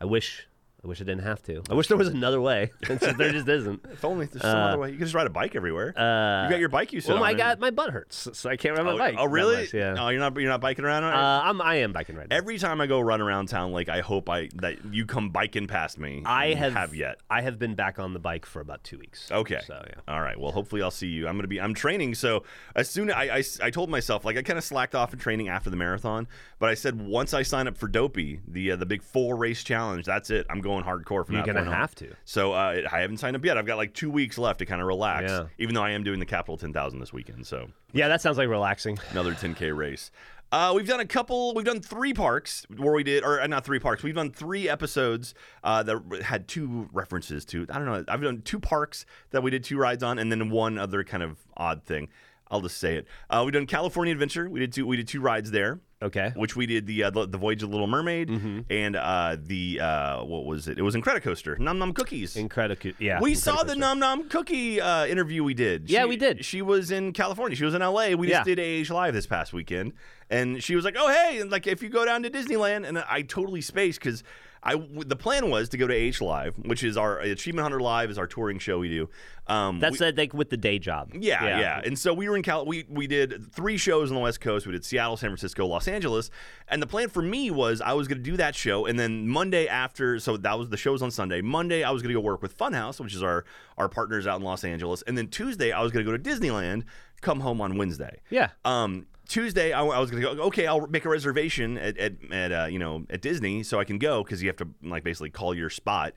[SPEAKER 2] I wish. I wish I didn't have to. I wish there was another way. And so there just isn't.
[SPEAKER 1] If only there's some other way. You can just ride a bike everywhere. Uh, you got your bike. You said,
[SPEAKER 2] Uh, Well, Oh my
[SPEAKER 1] on
[SPEAKER 2] God,
[SPEAKER 1] and-
[SPEAKER 2] my butt hurts, so I can't ride my
[SPEAKER 1] Oh,
[SPEAKER 2] bike.
[SPEAKER 1] oh,
[SPEAKER 2] that
[SPEAKER 1] really?
[SPEAKER 2] much, yeah.
[SPEAKER 1] No, you're not. You're not biking around. on it?
[SPEAKER 2] Uh, I'm, I am biking right now.
[SPEAKER 1] Every time I go run around town, like I hope I that you come biking past me.
[SPEAKER 2] I
[SPEAKER 1] You
[SPEAKER 2] have,
[SPEAKER 1] yet.
[SPEAKER 2] I have been back on the bike for about two weeks.
[SPEAKER 1] Okay.
[SPEAKER 2] So yeah.
[SPEAKER 1] All right. Well, hopefully I'll see you. I'm gonna be. I'm training. So as soon I I, I told myself like I kind of slacked off in training after the marathon, but I said once I sign up for Dopey, the uh, the big four race challenge, that's it. I'm going hardcore from
[SPEAKER 2] You're
[SPEAKER 1] that
[SPEAKER 2] gonna
[SPEAKER 1] point on.
[SPEAKER 2] have to.
[SPEAKER 1] So uh, I haven't signed up yet. I've got like two weeks left to kind of relax.
[SPEAKER 2] Yeah.
[SPEAKER 1] Even though I am doing the Capital 10,000 this weekend, so
[SPEAKER 2] Yeah, that sounds like relaxing.
[SPEAKER 1] another 10k race. Uh, we've done a couple. We've done three parks where we did, or uh, not three parks. We've done three episodes uh, that had two references to. I don't know. I've done two parks that we did two rides on, and then one other kind of odd thing. I'll just say it. Uh, we've done California Adventure. We did two. We did two rides there.
[SPEAKER 2] Okay.
[SPEAKER 1] Which we did the uh, the, the Voyage of the Little Mermaid and uh, the uh, what was it? It was Incredicoaster. Num Num Cookies.
[SPEAKER 2] Incredible. Yeah.
[SPEAKER 1] We saw the
[SPEAKER 2] Incredicoaster.
[SPEAKER 1] Nom Nom Cookie uh, interview we did.
[SPEAKER 2] Yeah,
[SPEAKER 1] She-
[SPEAKER 2] we did.
[SPEAKER 1] She was in California. She was in LA. We just
[SPEAKER 2] Yeah.
[SPEAKER 1] did AH Live this past weekend. And she was like, oh, hey, and like if you go down to Disneyland, and I totally spaced because. I, w- the plan was to go to AH Live, which is our Achievement Hunter Live, is our touring show we do. Um,
[SPEAKER 2] That's that like with the day job.
[SPEAKER 1] yeah, yeah, And so we were in Cal. We we did three shows on the West Coast. We did Seattle, San Francisco, Los Angeles. And the plan for me was I was going to do that show, and then Monday after. So that was the shows on Sunday. Monday I was going to go work with Funhouse, which is our our partners out in Los Angeles. And then Tuesday I was going to go to Disneyland. Come home on Wednesday.
[SPEAKER 2] Yeah.
[SPEAKER 1] Um, Tuesday, I, I was gonna go. Okay, I'll make a reservation at at, at uh, you know at Disney so I can go because you have to like basically call your spot.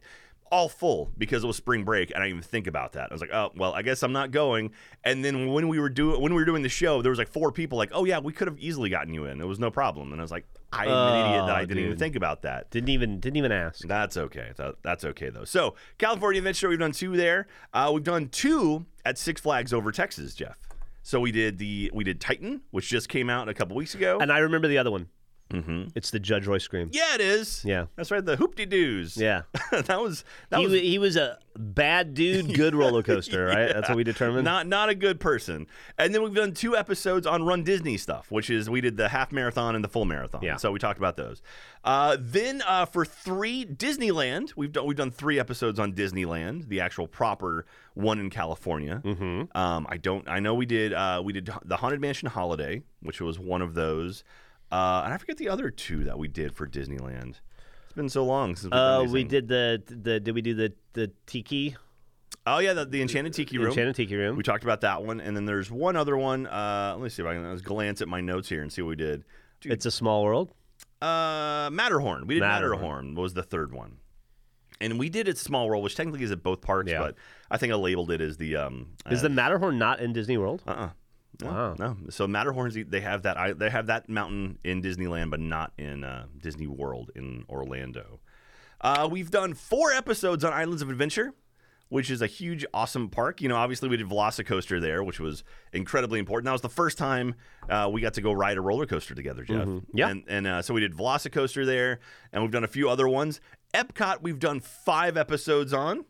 [SPEAKER 1] all full because it was spring break, and I didn't even think about that. I was like, oh well, I guess I'm not going. And then when we were doing when we were doing the show, there was like four people like, oh yeah, we could have easily gotten you in. It was no problem. And I was like, I'm an idiot that I
[SPEAKER 2] Oh,
[SPEAKER 1] didn't even
[SPEAKER 2] dude.
[SPEAKER 1] think about that.
[SPEAKER 2] Didn't even didn't even ask.
[SPEAKER 1] That's okay. Tha- That's okay though. So California Adventure Show, we've done two there. Uh, we've done two at Six Flags over Texas, Jeff. So we did the we did Titan, which just came out a couple weeks ago.
[SPEAKER 2] And I remember the other one.
[SPEAKER 1] mm-hmm.
[SPEAKER 2] It's the Judge Roy scream.
[SPEAKER 1] Yeah, it is.
[SPEAKER 2] Yeah.
[SPEAKER 1] that's right. The hoop de doos.
[SPEAKER 2] Yeah.
[SPEAKER 1] that was that
[SPEAKER 2] he,
[SPEAKER 1] was
[SPEAKER 2] was, he was a bad dude, good roller coaster, right? That's what we determined.
[SPEAKER 1] Not not a good person. And then we've done two episodes on Run Disney stuff, which is we did the half marathon and the full marathon.
[SPEAKER 2] Yeah.
[SPEAKER 1] So we talked about those. Uh, then uh, for three Disneyland, we've done we've done three episodes on Disneyland, the actual proper one in California.
[SPEAKER 2] mm-hmm.
[SPEAKER 1] Um, I don't. I know we did. Uh, we did the Haunted Mansion Holiday, which was one of those. Uh, and I forget the other two that we did for Disneyland. It's been so long since we've done
[SPEAKER 2] Uh,
[SPEAKER 1] these
[SPEAKER 2] we
[SPEAKER 1] things.
[SPEAKER 2] did the the did we do the the tiki
[SPEAKER 1] Oh yeah, the, the Enchanted Tiki Room.
[SPEAKER 2] enchanted tiki room?
[SPEAKER 1] We talked about that one, and then there's one other one. Uh, let me see if I can let's glance at my notes here and see what we did.
[SPEAKER 2] it's a small world.
[SPEAKER 1] Uh, Matterhorn. We did Matterhorn.
[SPEAKER 2] Matterhorn.
[SPEAKER 1] was the third one, and we did it Small World, which technically is at both parks,
[SPEAKER 2] Yeah.
[SPEAKER 1] but I think I labeled it as the um.
[SPEAKER 2] Is the Matterhorn not in Disney World?
[SPEAKER 1] uh uh No,
[SPEAKER 2] Wow.
[SPEAKER 1] no. So Matterhorns they have that I- they have that mountain in Disneyland, but not in uh, Disney World in Orlando. Uh, we've done four episodes on Islands of Adventure, which is a huge, awesome park. You know, obviously we did Velocicoaster there, which was incredibly important. That was the first time uh, we got to go ride a roller coaster together, Jeff.
[SPEAKER 2] Yeah.
[SPEAKER 1] And, and uh, so we did Velocicoaster there, and we've done a few other ones. Epcot, we've done five episodes on.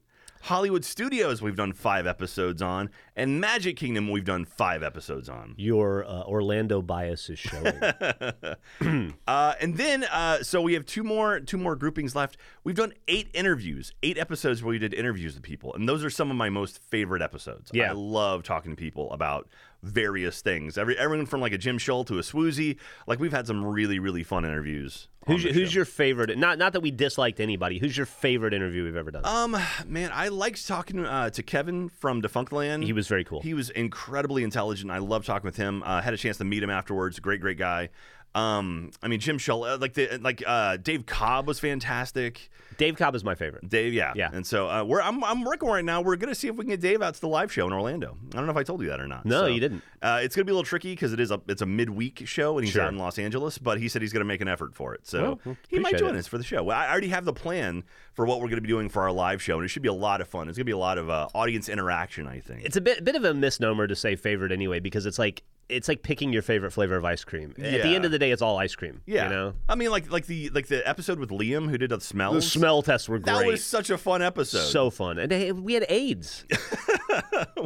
[SPEAKER 1] Hollywood Studios, we've done five episodes on. And Magic Kingdom, we've done five episodes on.
[SPEAKER 2] Your uh, Orlando bias is showing.
[SPEAKER 1] Uh, and then, uh, so we have two more two more groupings left. We've done eight interviews, eight episodes where we did interviews with people, and those are some of my most favorite episodes.
[SPEAKER 2] Yeah.
[SPEAKER 1] I love talking to people about various things. Every everyone from like a Jim Schull to a Swoozy. Like we've had some really really fun interviews. on
[SPEAKER 2] who's
[SPEAKER 1] the
[SPEAKER 2] your, who's
[SPEAKER 1] show.
[SPEAKER 2] your favorite? Not not that we disliked anybody. Who's your favorite interview we've ever done?
[SPEAKER 1] um man? I liked talking uh, to Kevin from Defunctland.
[SPEAKER 2] he was very cool.
[SPEAKER 1] He was incredibly intelligent. I love talking with him. Uh, had a chance to meet him afterwards. Great, great guy. Um, I mean, Jim Shull, uh, like the like uh, Dave Cobb was fantastic.
[SPEAKER 2] Dave Cobb is my favorite.
[SPEAKER 1] Dave, yeah,
[SPEAKER 2] Yeah.
[SPEAKER 1] And so uh, we're I'm, I'm working right now. We're gonna see if we can get Dave out to the live show in Orlando. I don't know if I told you that or not.
[SPEAKER 2] No,
[SPEAKER 1] So,
[SPEAKER 2] you didn't.
[SPEAKER 1] Uh, it's gonna be a little tricky because it is a it's a midweek show and he's
[SPEAKER 2] Sure.
[SPEAKER 1] out in Los Angeles. But he said he's gonna make an effort for it. So
[SPEAKER 2] Well, well,
[SPEAKER 1] he might
[SPEAKER 2] appreciate
[SPEAKER 1] join
[SPEAKER 2] it.
[SPEAKER 1] us for the show. Well, I already have the plan for what we're gonna be doing for our live show, and it should be a lot of fun. It's gonna be a lot of uh, audience interaction. I think.
[SPEAKER 2] It's a bit bit of a misnomer to say favorite anyway because it's like it's like picking your favorite flavor of ice cream. At the
[SPEAKER 1] Yeah.
[SPEAKER 2] end of the day, it's all ice cream.
[SPEAKER 1] Yeah,
[SPEAKER 2] you know.
[SPEAKER 1] I mean, like like the like the episode with Liam who did the smells.
[SPEAKER 2] The smell tests were great.
[SPEAKER 1] that was such a fun episode.
[SPEAKER 2] so fun. And they, we had AIDS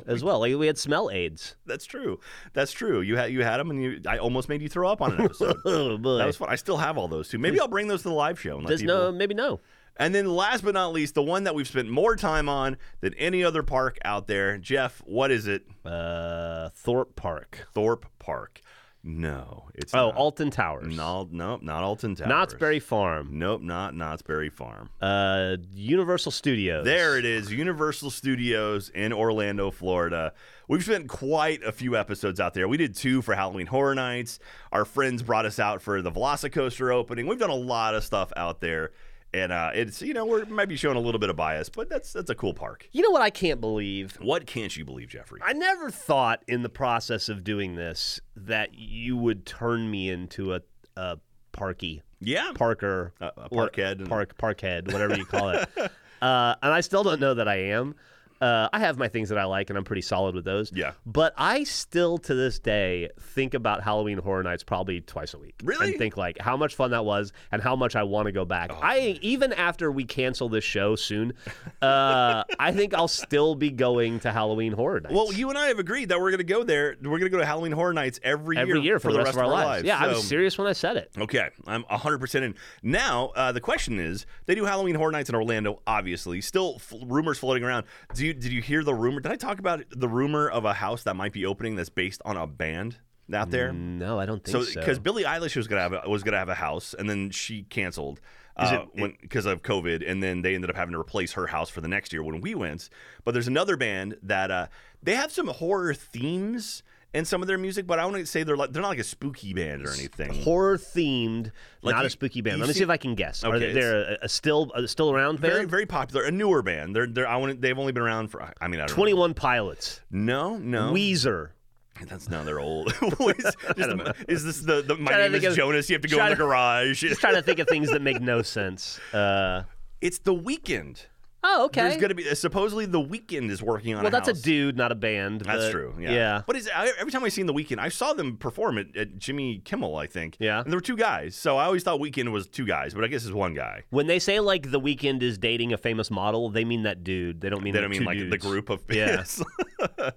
[SPEAKER 2] as well. Like we had smell AIDS.
[SPEAKER 1] that's true. That's true. You had you had them, and you I almost made you throw up on an episode.
[SPEAKER 2] Oh boy.
[SPEAKER 1] that was fun. I still have all those too. Maybe I'll bring those to the live show. And let
[SPEAKER 2] There's
[SPEAKER 1] people...
[SPEAKER 2] no maybe no.
[SPEAKER 1] And then last but not least, the one that we've spent more time on than any other park out there, Jeff. What is it?
[SPEAKER 2] Uh, Thorpe Park.
[SPEAKER 1] Thorpe Park. No, it's
[SPEAKER 2] Oh,
[SPEAKER 1] not.
[SPEAKER 2] Alton Towers.
[SPEAKER 1] No, nope, not Alton Towers.
[SPEAKER 2] Knott's Berry Farm.
[SPEAKER 1] Nope, not Knott's Berry Farm.
[SPEAKER 2] Uh, Universal Studios.
[SPEAKER 1] There it is, Universal Studios in Orlando, Florida. We've spent quite a few episodes out there. We did two for Halloween Horror Nights. Our friends brought us out for the Velocicoaster opening. We've done a lot of stuff out there, and uh, it's you know we're maybe showing a little bit of bias, but that's that's a cool park.
[SPEAKER 2] You know what I can't believe?
[SPEAKER 1] What can't you believe, Jeffrey?
[SPEAKER 2] I never thought in the process of doing this that you would turn me into a a parky
[SPEAKER 1] yeah,
[SPEAKER 2] Parker
[SPEAKER 1] A- a
[SPEAKER 2] Uh, or
[SPEAKER 1] parkhead and-
[SPEAKER 2] park parkhead, whatever you call it. uh, and I still don't know that I am. Uh, I have my things that I like, and I'm pretty solid with those.
[SPEAKER 1] Yeah.
[SPEAKER 2] But I still, to this day, think about Halloween Horror Nights probably twice a week.
[SPEAKER 1] Really?
[SPEAKER 2] And think like how much fun that was, and how much I want to go back. I even after we cancel this show soon, uh, I think I'll still be going to Halloween Horror Nights.
[SPEAKER 1] well, you and I have agreed that we're going to go there. We're going to go to Halloween Horror Nights every,
[SPEAKER 2] every year, for, the rest of our lives. Yeah, I
[SPEAKER 1] So-
[SPEAKER 2] was serious when I said it.
[SPEAKER 1] Okay, I'm 100% in. Now, uh, the question is they do Halloween Horror Nights in Orlando, obviously. Still f- rumors floating around. Do you, did you hear the rumor? Did I talk about the rumor of a house that might be opening that's based on a band out there?
[SPEAKER 2] No, Mm, I don't think
[SPEAKER 1] So,
[SPEAKER 2] so.
[SPEAKER 1] because Billie Eilish was gonna have a, was gonna have a house, and then she canceled because of COVID, and then they ended up having to replace her house for the next year when we went. But there's another band that uh, they have some horror themes, and some of their music, but I wouldn't say they're like they're not like a spooky band or anything.
[SPEAKER 2] Horror themed,
[SPEAKER 1] Like
[SPEAKER 2] not
[SPEAKER 1] you-
[SPEAKER 2] a spooky band.
[SPEAKER 1] you
[SPEAKER 2] Let me
[SPEAKER 1] see-
[SPEAKER 2] see if I can guess. Are
[SPEAKER 1] Okay,
[SPEAKER 2] they they're a, a still a still around band?
[SPEAKER 1] Very very popular, a newer band. They're they're I wouldn't, they've only been around for I mean I don't
[SPEAKER 2] Twenty
[SPEAKER 1] know.
[SPEAKER 2] One Pilots,
[SPEAKER 1] No,
[SPEAKER 2] Oh.
[SPEAKER 1] no.
[SPEAKER 2] Weezer.
[SPEAKER 1] That's no, they're old. Is- is, the- is this the, the my
[SPEAKER 2] Trying to
[SPEAKER 1] name
[SPEAKER 2] think
[SPEAKER 1] is
[SPEAKER 2] of-
[SPEAKER 1] Jonas? You have to go in
[SPEAKER 2] trying
[SPEAKER 1] the
[SPEAKER 2] to-
[SPEAKER 1] garage.
[SPEAKER 2] Just trying to think of things that make no sense. Uh,
[SPEAKER 1] It's the weekend.
[SPEAKER 2] oh,
[SPEAKER 1] There's gonna be supposedly the weekend is working on.
[SPEAKER 2] well,
[SPEAKER 1] a
[SPEAKER 2] that's
[SPEAKER 1] house.
[SPEAKER 2] a dude, not a band.
[SPEAKER 1] That's
[SPEAKER 2] but-
[SPEAKER 1] true. Yeah.
[SPEAKER 2] yeah.
[SPEAKER 1] But is I, every time I seen the weekend, I saw them perform at, at Jimmy Kimmel, I think.
[SPEAKER 2] Yeah.
[SPEAKER 1] And there were two guys, so I always thought weekend was two guys, but I guess it's one guy.
[SPEAKER 2] When they say like the weekend is dating a famous model, they mean that dude. They don't mean
[SPEAKER 1] They
[SPEAKER 2] the
[SPEAKER 1] don't mean
[SPEAKER 2] two
[SPEAKER 1] like the
[SPEAKER 2] dudes.
[SPEAKER 1] group of
[SPEAKER 2] Yeah.
[SPEAKER 1] yes.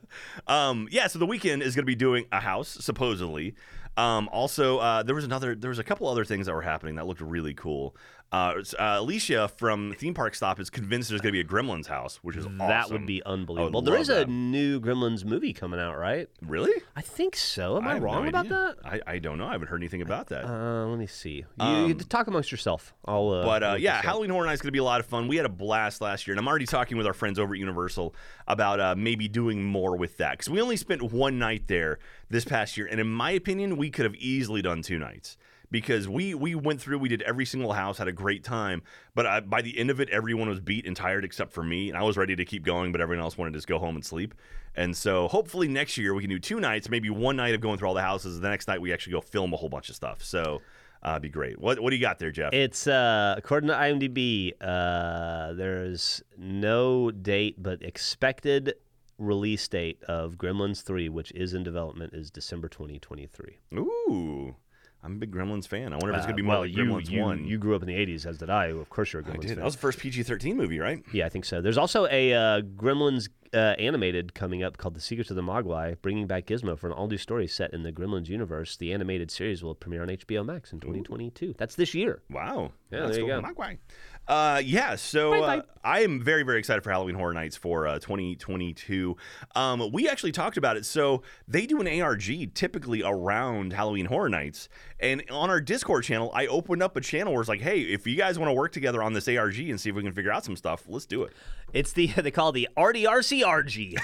[SPEAKER 1] um, yeah. So the weekend is going to be doing a house supposedly. Um, also, uh, there was another. There was a couple other things that were happening that looked really cool. Uh, it's, uh, Alicia from Theme Park Stop is convinced there's going to be a Gremlins house, which is awesome.
[SPEAKER 2] That would be unbelievable.
[SPEAKER 1] love
[SPEAKER 2] There is
[SPEAKER 1] that.
[SPEAKER 2] a new Gremlins movie coming out, right?
[SPEAKER 1] really.
[SPEAKER 2] I think so. Am I,
[SPEAKER 1] have no
[SPEAKER 2] wrong about
[SPEAKER 1] idea.
[SPEAKER 2] that?
[SPEAKER 1] I, I don't know. I haven't heard anything about that.
[SPEAKER 2] Uh, let me see. You, you talk amongst yourself. I'll. Um, Uh,
[SPEAKER 1] But uh,
[SPEAKER 2] look
[SPEAKER 1] yeah,
[SPEAKER 2] this up.
[SPEAKER 1] Halloween Horror Night is going to be a lot of fun. We had a blast last year, and I'm already talking with our friends over at Universal about uh, maybe doing more with that because we only spent one night there this past year, and in my opinion, we could have easily done two nights because we we went through, we did every single house, had a great time. But I, by the end of it, everyone was beat and tired except for me, and I was ready to keep going, but everyone else wanted to just go home and sleep. And so hopefully next year we can do two nights, maybe one night of going through all the houses, and the next night we actually go film a whole bunch of stuff. So. Uh, it'd be great. What what do you got there, Jeff?
[SPEAKER 2] It's uh, according to IMDb, uh, there's no date, but expected release date of Gremlins 3, which is in development, is December 2023.
[SPEAKER 1] Ooh, I'm a big Gremlins fan. I wonder if it's gonna be
[SPEAKER 2] Uh,
[SPEAKER 1] more
[SPEAKER 2] well,
[SPEAKER 1] like
[SPEAKER 2] you,
[SPEAKER 1] Gremlins
[SPEAKER 2] you,
[SPEAKER 1] One.
[SPEAKER 2] You grew up in the 80s, as did I. Of course, you're a
[SPEAKER 1] I
[SPEAKER 2] Gremlins
[SPEAKER 1] did.
[SPEAKER 2] fan.
[SPEAKER 1] That was the first PG-13 movie, right?
[SPEAKER 2] Yeah, I think so. There's also a uh, Gremlins uh, animated coming up called The Secrets of the Mogwai, bringing back Gizmo for an all-new story set in the Gremlins universe. The animated series will premiere on HBO Max in 2022. That's this year.
[SPEAKER 1] Wow.
[SPEAKER 2] Yeah, there you go.
[SPEAKER 1] Mogwai. Uh, yeah, so
[SPEAKER 2] Bye, bye.
[SPEAKER 1] uh, I am very, very excited for Halloween Horror Nights for uh, 2022. Um, we actually talked about it. So they do an ARG typically around Halloween Horror Nights. And on our Discord channel, I opened up a channel where it's like, hey, if you guys want to work together on this ARG and see if we can figure out some stuff, let's do it.
[SPEAKER 2] It's the they call it the RDRCRG.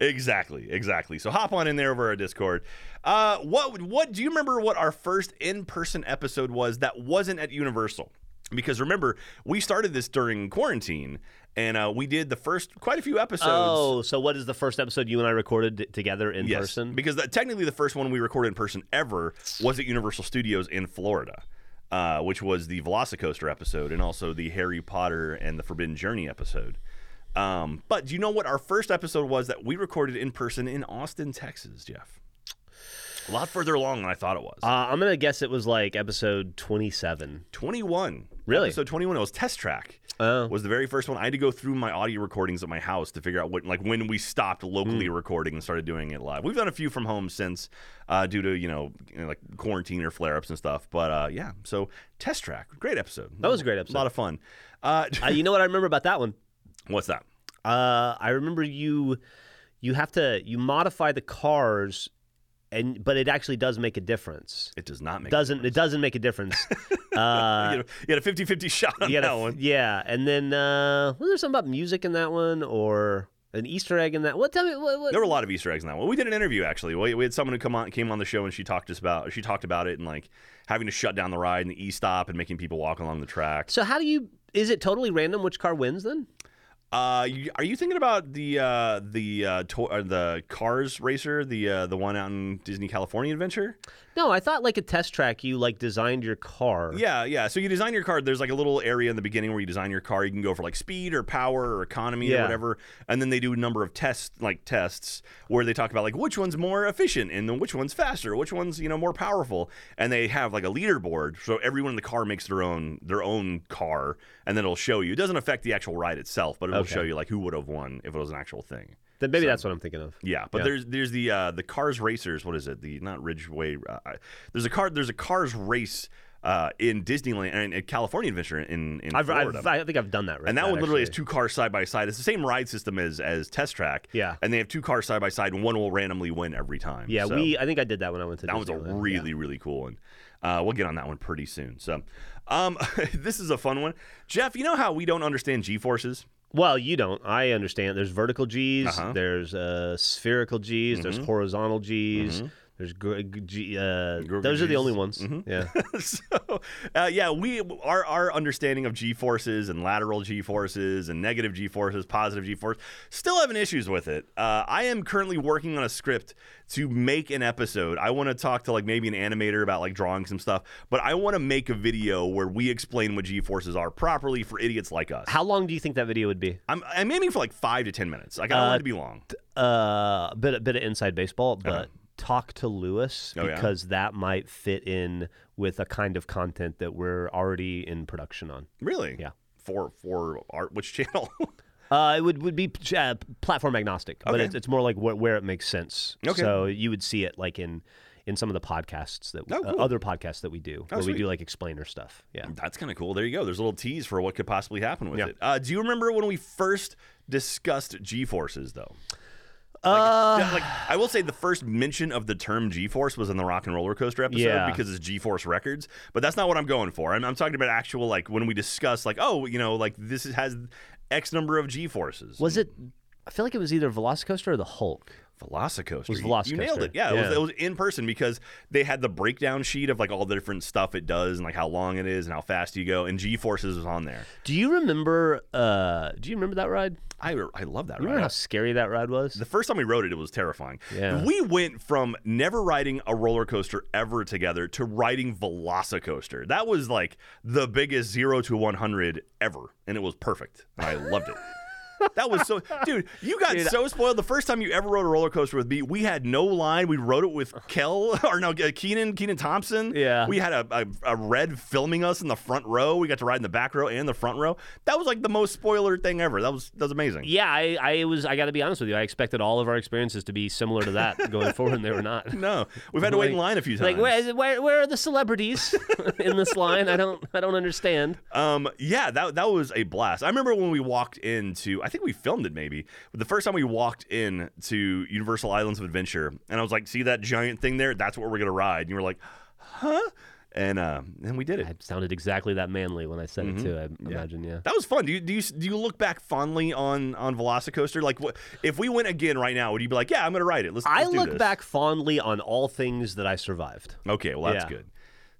[SPEAKER 1] Exactly, exactly. So hop on in there over our Discord. Uh, what what do you remember? What our first in person episode was that wasn't at Universal? Because remember, we started this during quarantine, and uh, we did the first quite a few episodes.
[SPEAKER 2] oh, so what is the first episode you and I recorded t- together in
[SPEAKER 1] yes,
[SPEAKER 2] person?
[SPEAKER 1] because that, technically the first one we recorded in person ever was at Universal Studios in Florida. Uh, which was the Velocicoaster episode and also the Harry Potter and the Forbidden Journey episode. Um, but do you know what our first episode was that we recorded in person in Austin, Texas, Jeff? A lot further along than I thought it was.
[SPEAKER 2] Uh, I'm gonna guess it was like episode 27.
[SPEAKER 1] 21.
[SPEAKER 2] Really?
[SPEAKER 1] Episode 21. It was Test Track.
[SPEAKER 2] Oh,
[SPEAKER 1] was the very first one. I had to go through my audio recordings at my house to figure out what, like, when we stopped
[SPEAKER 2] Hmm.
[SPEAKER 1] locally recording and started doing it live. We've done a few from home since, uh, due to you know, you know, like quarantine or flare ups and stuff. But uh, yeah, so test track, great episode.
[SPEAKER 2] That was a great episode.
[SPEAKER 1] A lot of fun. Uh,
[SPEAKER 2] uh, you know what I remember about that one?
[SPEAKER 1] what's that?
[SPEAKER 2] Uh, I remember you you have to you modify the cars and but it actually does make a difference.
[SPEAKER 1] It does not make
[SPEAKER 2] doesn't it doesn't make a difference. uh
[SPEAKER 1] you, had a, you had a 50-50 shot on
[SPEAKER 2] you gotta-
[SPEAKER 1] that one.
[SPEAKER 2] Yeah, and then uh was there something about music in that one or an Easter egg in that? What tell me what, what
[SPEAKER 1] There were a lot of Easter eggs in that one. We did an interview actually. We, we had someone who come on came on the show and she talked us about she talked about it and like having to shut down the ride and the e stop and making people walk along the track.
[SPEAKER 2] So how do you is it totally random which car wins then?
[SPEAKER 1] Uh, you, are you thinking about the uh, the uh, to- uh, the Cars racer, the uh, the one out in Disney California Adventure?
[SPEAKER 2] No, I thought like a test track you like designed your car.
[SPEAKER 1] Yeah, yeah. So you design your car. There's like a little area in the beginning where you design your car. You can go for like speed or power or economy or
[SPEAKER 2] Yeah.
[SPEAKER 1] whatever. And then they do a number of tests, like tests, where they talk about like which one's more efficient and then which one's faster, which one's you know more powerful. And they have like a leaderboard, so everyone in the car makes their own their own car, and then it'll show you. It doesn't affect the actual ride itself, but it'll
[SPEAKER 2] Okay.
[SPEAKER 1] show you like who would have won if it was an actual thing.
[SPEAKER 2] Then maybe that's what I'm thinking of.
[SPEAKER 1] Yeah, but
[SPEAKER 2] Yeah.
[SPEAKER 1] there's there's the uh, the Cars Racers. What is it? The not Ridgeway. Uh, I- there's a car. There's a Cars race uh, in Disneyland and in California Adventure in in
[SPEAKER 2] I've,
[SPEAKER 1] Florida.
[SPEAKER 2] I've, I think I've done that right.
[SPEAKER 1] and that, one literally
[SPEAKER 2] actually.
[SPEAKER 1] has two cars side by side. It's the same ride system as as Test Track.
[SPEAKER 2] Yeah.
[SPEAKER 1] and they have two cars side by side, and one will randomly win every time.
[SPEAKER 2] Yeah,
[SPEAKER 1] So
[SPEAKER 2] we I think I did that when I went to
[SPEAKER 1] that was a
[SPEAKER 2] Disneyland.
[SPEAKER 1] really really cool one. Uh, we'll get on that one pretty soon. So, um, this is a fun one, Jeff. You know how we don't understand G forces?
[SPEAKER 2] Well, you don't. I understand. There's vertical G's,
[SPEAKER 1] Uh-huh. Mm-hmm.
[SPEAKER 2] there's uh, spherical G's, there's horizontal G's, there's gr- g- G, uh,
[SPEAKER 1] Gurgle
[SPEAKER 2] those are the
[SPEAKER 1] Mm-hmm. Gs. Mm-hmm.
[SPEAKER 2] only ones. Yeah.
[SPEAKER 1] so uh, yeah we our, our understanding of g forces and lateral g forces and negative g forces positive g force still having issues with it uh, i am currently working on a script to make an episode i want to talk to like maybe an animator about like drawing some stuff but i want to make a video where we explain what g forces are properly for idiots like us
[SPEAKER 2] How long do you think that video would be?
[SPEAKER 1] i'm, I'm aiming for like five to ten minutes like i don't want it to be long
[SPEAKER 2] Uh, bit a bit of inside baseball, but talk to Lewis
[SPEAKER 1] Uh-huh. Oh, yeah?
[SPEAKER 2] because that might fit in with a kind of content that we're already in production on.
[SPEAKER 1] really
[SPEAKER 2] yeah.
[SPEAKER 1] for for art which channel
[SPEAKER 2] Uh, it would would be uh, platform agnostic, but
[SPEAKER 1] Okay.
[SPEAKER 2] it's, it's more like where, where it makes sense.
[SPEAKER 1] Okay.
[SPEAKER 2] So you would see it like in in some of the podcasts that
[SPEAKER 1] Oh,
[SPEAKER 2] uh,
[SPEAKER 1] cool. Oh,
[SPEAKER 2] other podcasts that we do, where
[SPEAKER 1] sweet.
[SPEAKER 2] we do like explainer stuff. Yeah.
[SPEAKER 1] That's kind of cool. There you go. There's a little tease for what could possibly happen with
[SPEAKER 2] Yeah.
[SPEAKER 1] it. Uh, do you remember when we first discussed G forces, though?
[SPEAKER 2] Uh,
[SPEAKER 1] Yeah, like, I will say the first mention of the term G force was in the Rock and Roller Coaster episode
[SPEAKER 2] Yeah.
[SPEAKER 1] because it's G force records, but that's not what I'm going for. I'm, I'm talking about actual, like, when we discuss, like, oh, you know, like this is, has X number of G forces.
[SPEAKER 2] was it? I feel like it was either Velocicoaster or the Hulk.
[SPEAKER 1] Velocicoaster.
[SPEAKER 2] Was
[SPEAKER 1] You- You nailed
[SPEAKER 2] Velocicoaster.
[SPEAKER 1] it. Yeah, It, was,
[SPEAKER 2] Yeah.
[SPEAKER 1] it was in person because they had the breakdown sheet of like all the different stuff it does and like how long it is and how fast you go. And G forces was on there.
[SPEAKER 2] Do you remember? Uh, do you remember that ride?
[SPEAKER 1] I, I love that.
[SPEAKER 2] You
[SPEAKER 1] ride.
[SPEAKER 2] remember how scary that ride was?
[SPEAKER 1] The first time we rode it, it was terrifying.
[SPEAKER 2] Yeah.
[SPEAKER 1] We went from never riding a roller coaster ever together to riding Velocicoaster. That was like the biggest zero to 100 ever, and it was perfect. And I loved it. That was so, dude. You got
[SPEAKER 2] Dude,
[SPEAKER 1] so spoiled. The first time you ever rode a roller coaster with me, we had no line. We rode it with Kel or no uh, Keenan, Keenan Thompson.
[SPEAKER 2] Yeah.
[SPEAKER 1] we had a, a, a red filming us in the front row. We got to ride in the back row and the front row. That was like the most spoiler thing ever. That was that was amazing.
[SPEAKER 2] yeah, I, I was. I got to be honest with you. I expected all of our experiences to be similar to that going forward, and they were not.
[SPEAKER 1] No, we've had to wait in
[SPEAKER 2] Like-
[SPEAKER 1] line a few times.
[SPEAKER 2] Like, where, where, where are the celebrities in this line? I don't, I don't understand.
[SPEAKER 1] Um, yeah, that that was a blast. I remember when we walked into, I think we filmed it maybe, but the first time we walked in to Universal Islands of Adventure, and I was like, "See that giant thing there? That's what we're gonna ride." And you were like, "Huh?" And uh, and we did it.
[SPEAKER 2] I sounded exactly that manly when I said
[SPEAKER 1] Mm-hmm.
[SPEAKER 2] it too. I imagine, yeah.
[SPEAKER 1] That was fun. Do you do you do you look back fondly on on Velocicoaster? Like, what if we went again right now? Would you be like, "Yeah, I'm gonna ride it"? Let's.
[SPEAKER 2] I
[SPEAKER 1] let's do
[SPEAKER 2] look
[SPEAKER 1] this."
[SPEAKER 2] back fondly on all things that I survived.
[SPEAKER 1] Okay, well that's
[SPEAKER 2] Yeah.
[SPEAKER 1] good.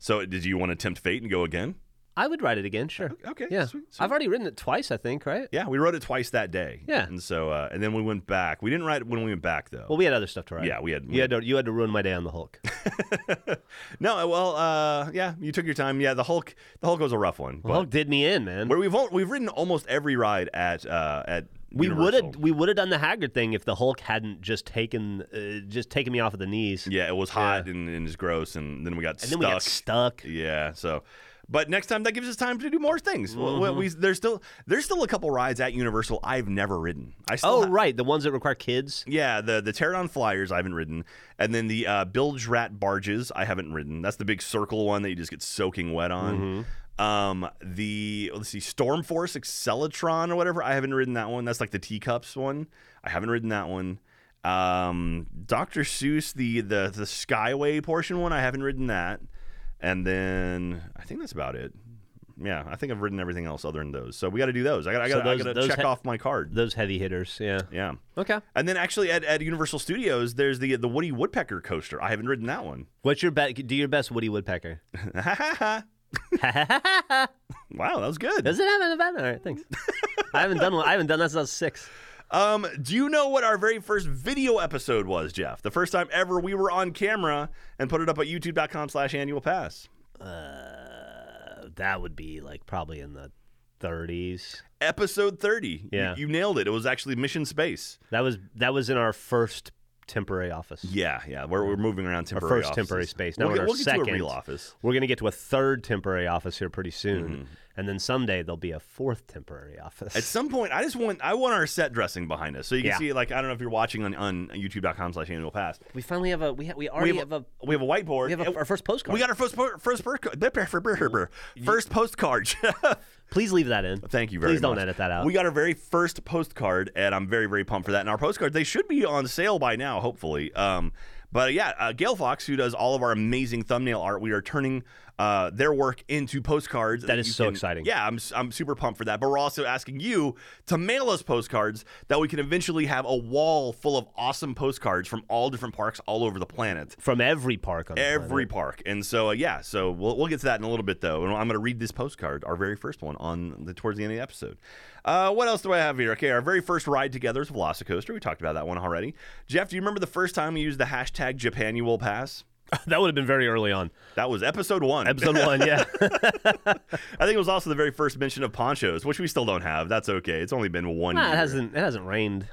[SPEAKER 1] So, did you want to tempt fate and go again?
[SPEAKER 2] I would write it again, sure.
[SPEAKER 1] okay,
[SPEAKER 2] yeah.
[SPEAKER 1] sweet,
[SPEAKER 2] I've already written it twice, I think, right?
[SPEAKER 1] Yeah, we rode it twice that day.
[SPEAKER 2] Yeah.
[SPEAKER 1] and so uh, and then we went back. We didn't ride it when we went back though.
[SPEAKER 2] Well, we had other stuff to write.
[SPEAKER 1] Yeah, we had- we
[SPEAKER 2] You had to, you had to ruin my day on the Hulk.
[SPEAKER 1] No, uh, well, uh, yeah, you took your time. Yeah, the Hulk, the Hulk was a rough one.
[SPEAKER 2] The
[SPEAKER 1] But
[SPEAKER 2] Hulk did me in, man.
[SPEAKER 1] where we've all, we've ridden almost every ride at uh, at
[SPEAKER 2] We would
[SPEAKER 1] Universal.
[SPEAKER 2] have we would have done the Haggard thing if the Hulk hadn't just taken uh, just taken me off of the knees.
[SPEAKER 1] Yeah, it was hot and, and it was gross, and then we got
[SPEAKER 2] And then
[SPEAKER 1] stuck.
[SPEAKER 2] we got stuck.
[SPEAKER 1] yeah, so. But next time, that gives us time to do more things. W-
[SPEAKER 2] Mm-hmm.
[SPEAKER 1] w- we- there's still there's still a couple rides at Universal I've never ridden. I still
[SPEAKER 2] Oh
[SPEAKER 1] ha-
[SPEAKER 2] right, the ones that require kids.
[SPEAKER 1] yeah the the Pterodon Flyers I haven't ridden, and then the uh, Bilge Rat barges I haven't ridden. That's the big circle one that you just get soaking wet on.
[SPEAKER 2] Mm-hmm.
[SPEAKER 1] Um, the let's see, Storm Force Excelatron or whatever. I haven't ridden that one. That's like the teacups one. I haven't ridden that one. Um, Dr. Seuss, the the the Skyway portion one. I haven't ridden that. And then I think that's about it. Yeah, I think I've ridden everything else other than those. So we got to do those. I got
[SPEAKER 2] So
[SPEAKER 1] to I
[SPEAKER 2] those-
[SPEAKER 1] got to
[SPEAKER 2] those
[SPEAKER 1] check
[SPEAKER 2] ha-
[SPEAKER 1] off my card.
[SPEAKER 2] Those heavy hitters. Yeah.
[SPEAKER 1] Yeah.
[SPEAKER 2] Okay.
[SPEAKER 1] And then actually at, at Universal Studios, there's the the Woody Woodpecker coaster. I haven't ridden that one.
[SPEAKER 2] What's your bet? Do your best, Woody Woodpecker.
[SPEAKER 1] wow,
[SPEAKER 2] Does
[SPEAKER 1] that was good.
[SPEAKER 2] it have an event? All right, thanks. I haven't done one. I haven't done that since I was six.
[SPEAKER 1] Um, do you know what our very first video episode was, Jeff? The first time ever we were on camera and put it up at youtube.com slash annual pass.
[SPEAKER 2] Uh, that would be like probably in the 30s.
[SPEAKER 1] Episode 30.
[SPEAKER 2] Yeah.
[SPEAKER 1] You, you nailed it. It was actually Mission Space.
[SPEAKER 2] That was that was in our first temporary office.
[SPEAKER 1] Yeah, yeah. We're, we're moving around temporary
[SPEAKER 2] first
[SPEAKER 1] offices.
[SPEAKER 2] temporary space. Now
[SPEAKER 1] we'll
[SPEAKER 2] we're in
[SPEAKER 1] get,
[SPEAKER 2] our
[SPEAKER 1] we'll get to a
[SPEAKER 2] second.
[SPEAKER 1] real office.
[SPEAKER 2] We're gonna get to a third temporary office here pretty soon,
[SPEAKER 1] Mm-hmm.
[SPEAKER 2] and then someday there'll be a fourth temporary office.
[SPEAKER 1] At some point, I just want I want our set dressing behind us. So you can
[SPEAKER 2] Yeah.
[SPEAKER 1] see, like, I don't know if you're watching on, on youtube.com slash annual pass.
[SPEAKER 2] we finally have a we ha- we already
[SPEAKER 1] have
[SPEAKER 2] have, a
[SPEAKER 1] We have a whiteboard.
[SPEAKER 2] we have
[SPEAKER 1] and-
[SPEAKER 2] a, our first postcard.
[SPEAKER 1] We got our first po- first per- first postcard.
[SPEAKER 2] Please leave that in.
[SPEAKER 1] Thank you very much.
[SPEAKER 2] Please don't edit that out.
[SPEAKER 1] We got our very first postcard, and I'm very very pumped for that. And our postcards they should be on sale by now, hopefully. Um, but yeah, uh, Gail Fox, who does all of our amazing thumbnail art, we are turning uh, their work into postcards.
[SPEAKER 2] That is
[SPEAKER 1] you
[SPEAKER 2] so exciting.
[SPEAKER 1] Yeah, I'm, s- I'm super pumped for that. But we're also asking you to mail us postcards that we can eventually have a wall full of awesome postcards from all different parks all over the planet
[SPEAKER 2] from every park on the
[SPEAKER 1] every
[SPEAKER 2] planet.
[SPEAKER 1] park. And so, uh, yeah, so we'll, we'll get to that in a little bit, though. And I'm going to read this postcard, our very first one, on the towards the end of the episode. Uh, what else do I have here? Okay, our very first ride together is Velocicoaster. We talked about that one already. Jeff, do you remember the first time we used the hashtag Japanual Pass?
[SPEAKER 2] that would have been very early on.
[SPEAKER 1] That was episode one.
[SPEAKER 2] Episode one, yeah.
[SPEAKER 1] I think it was also the very first mention of ponchos, which we still don't have. That's okay. It's only been one
[SPEAKER 2] Nah,
[SPEAKER 1] year
[SPEAKER 2] it hasn't it hasn't rained.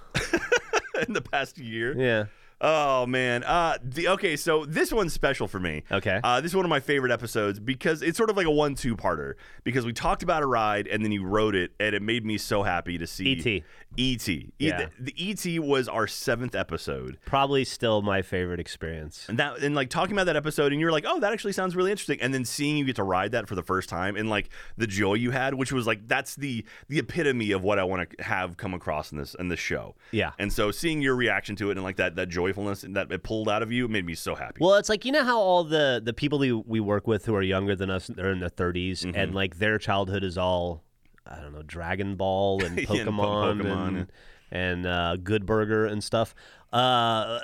[SPEAKER 1] in the past year.
[SPEAKER 2] Yeah.
[SPEAKER 1] Oh man. Uh, the, okay, so this one's special for me.
[SPEAKER 2] Okay.
[SPEAKER 1] Uh, this is one of my favorite episodes because it's sort of like a one-two-parter because we talked about a ride and then you wrote it and it made me so happy to see
[SPEAKER 2] E.T..
[SPEAKER 1] ET. E-
[SPEAKER 2] Yeah.
[SPEAKER 1] The, the ET was our seventh episode.
[SPEAKER 2] Probably still my favorite experience.
[SPEAKER 1] And that and like talking about that episode and you're like, "Oh, that actually sounds really interesting." And then seeing you get to ride that for the first time and like the joy you had, which was like that's the the epitome of what I want to have come across in this in this show.
[SPEAKER 2] Yeah.
[SPEAKER 1] And so seeing your reaction to it and like that that joyfulness and that it pulled out of you made me so happy.
[SPEAKER 2] Well, it's like you know how all the the people we, we work with who are younger than us, they're in their 30s
[SPEAKER 1] Mm-hmm.
[SPEAKER 2] and like their childhood is all I don't know, Dragon Ball and
[SPEAKER 1] Yeah, and po-
[SPEAKER 2] Pokemon,
[SPEAKER 1] Pokemon,
[SPEAKER 2] and, and uh, Good Burger and stuff. Uh,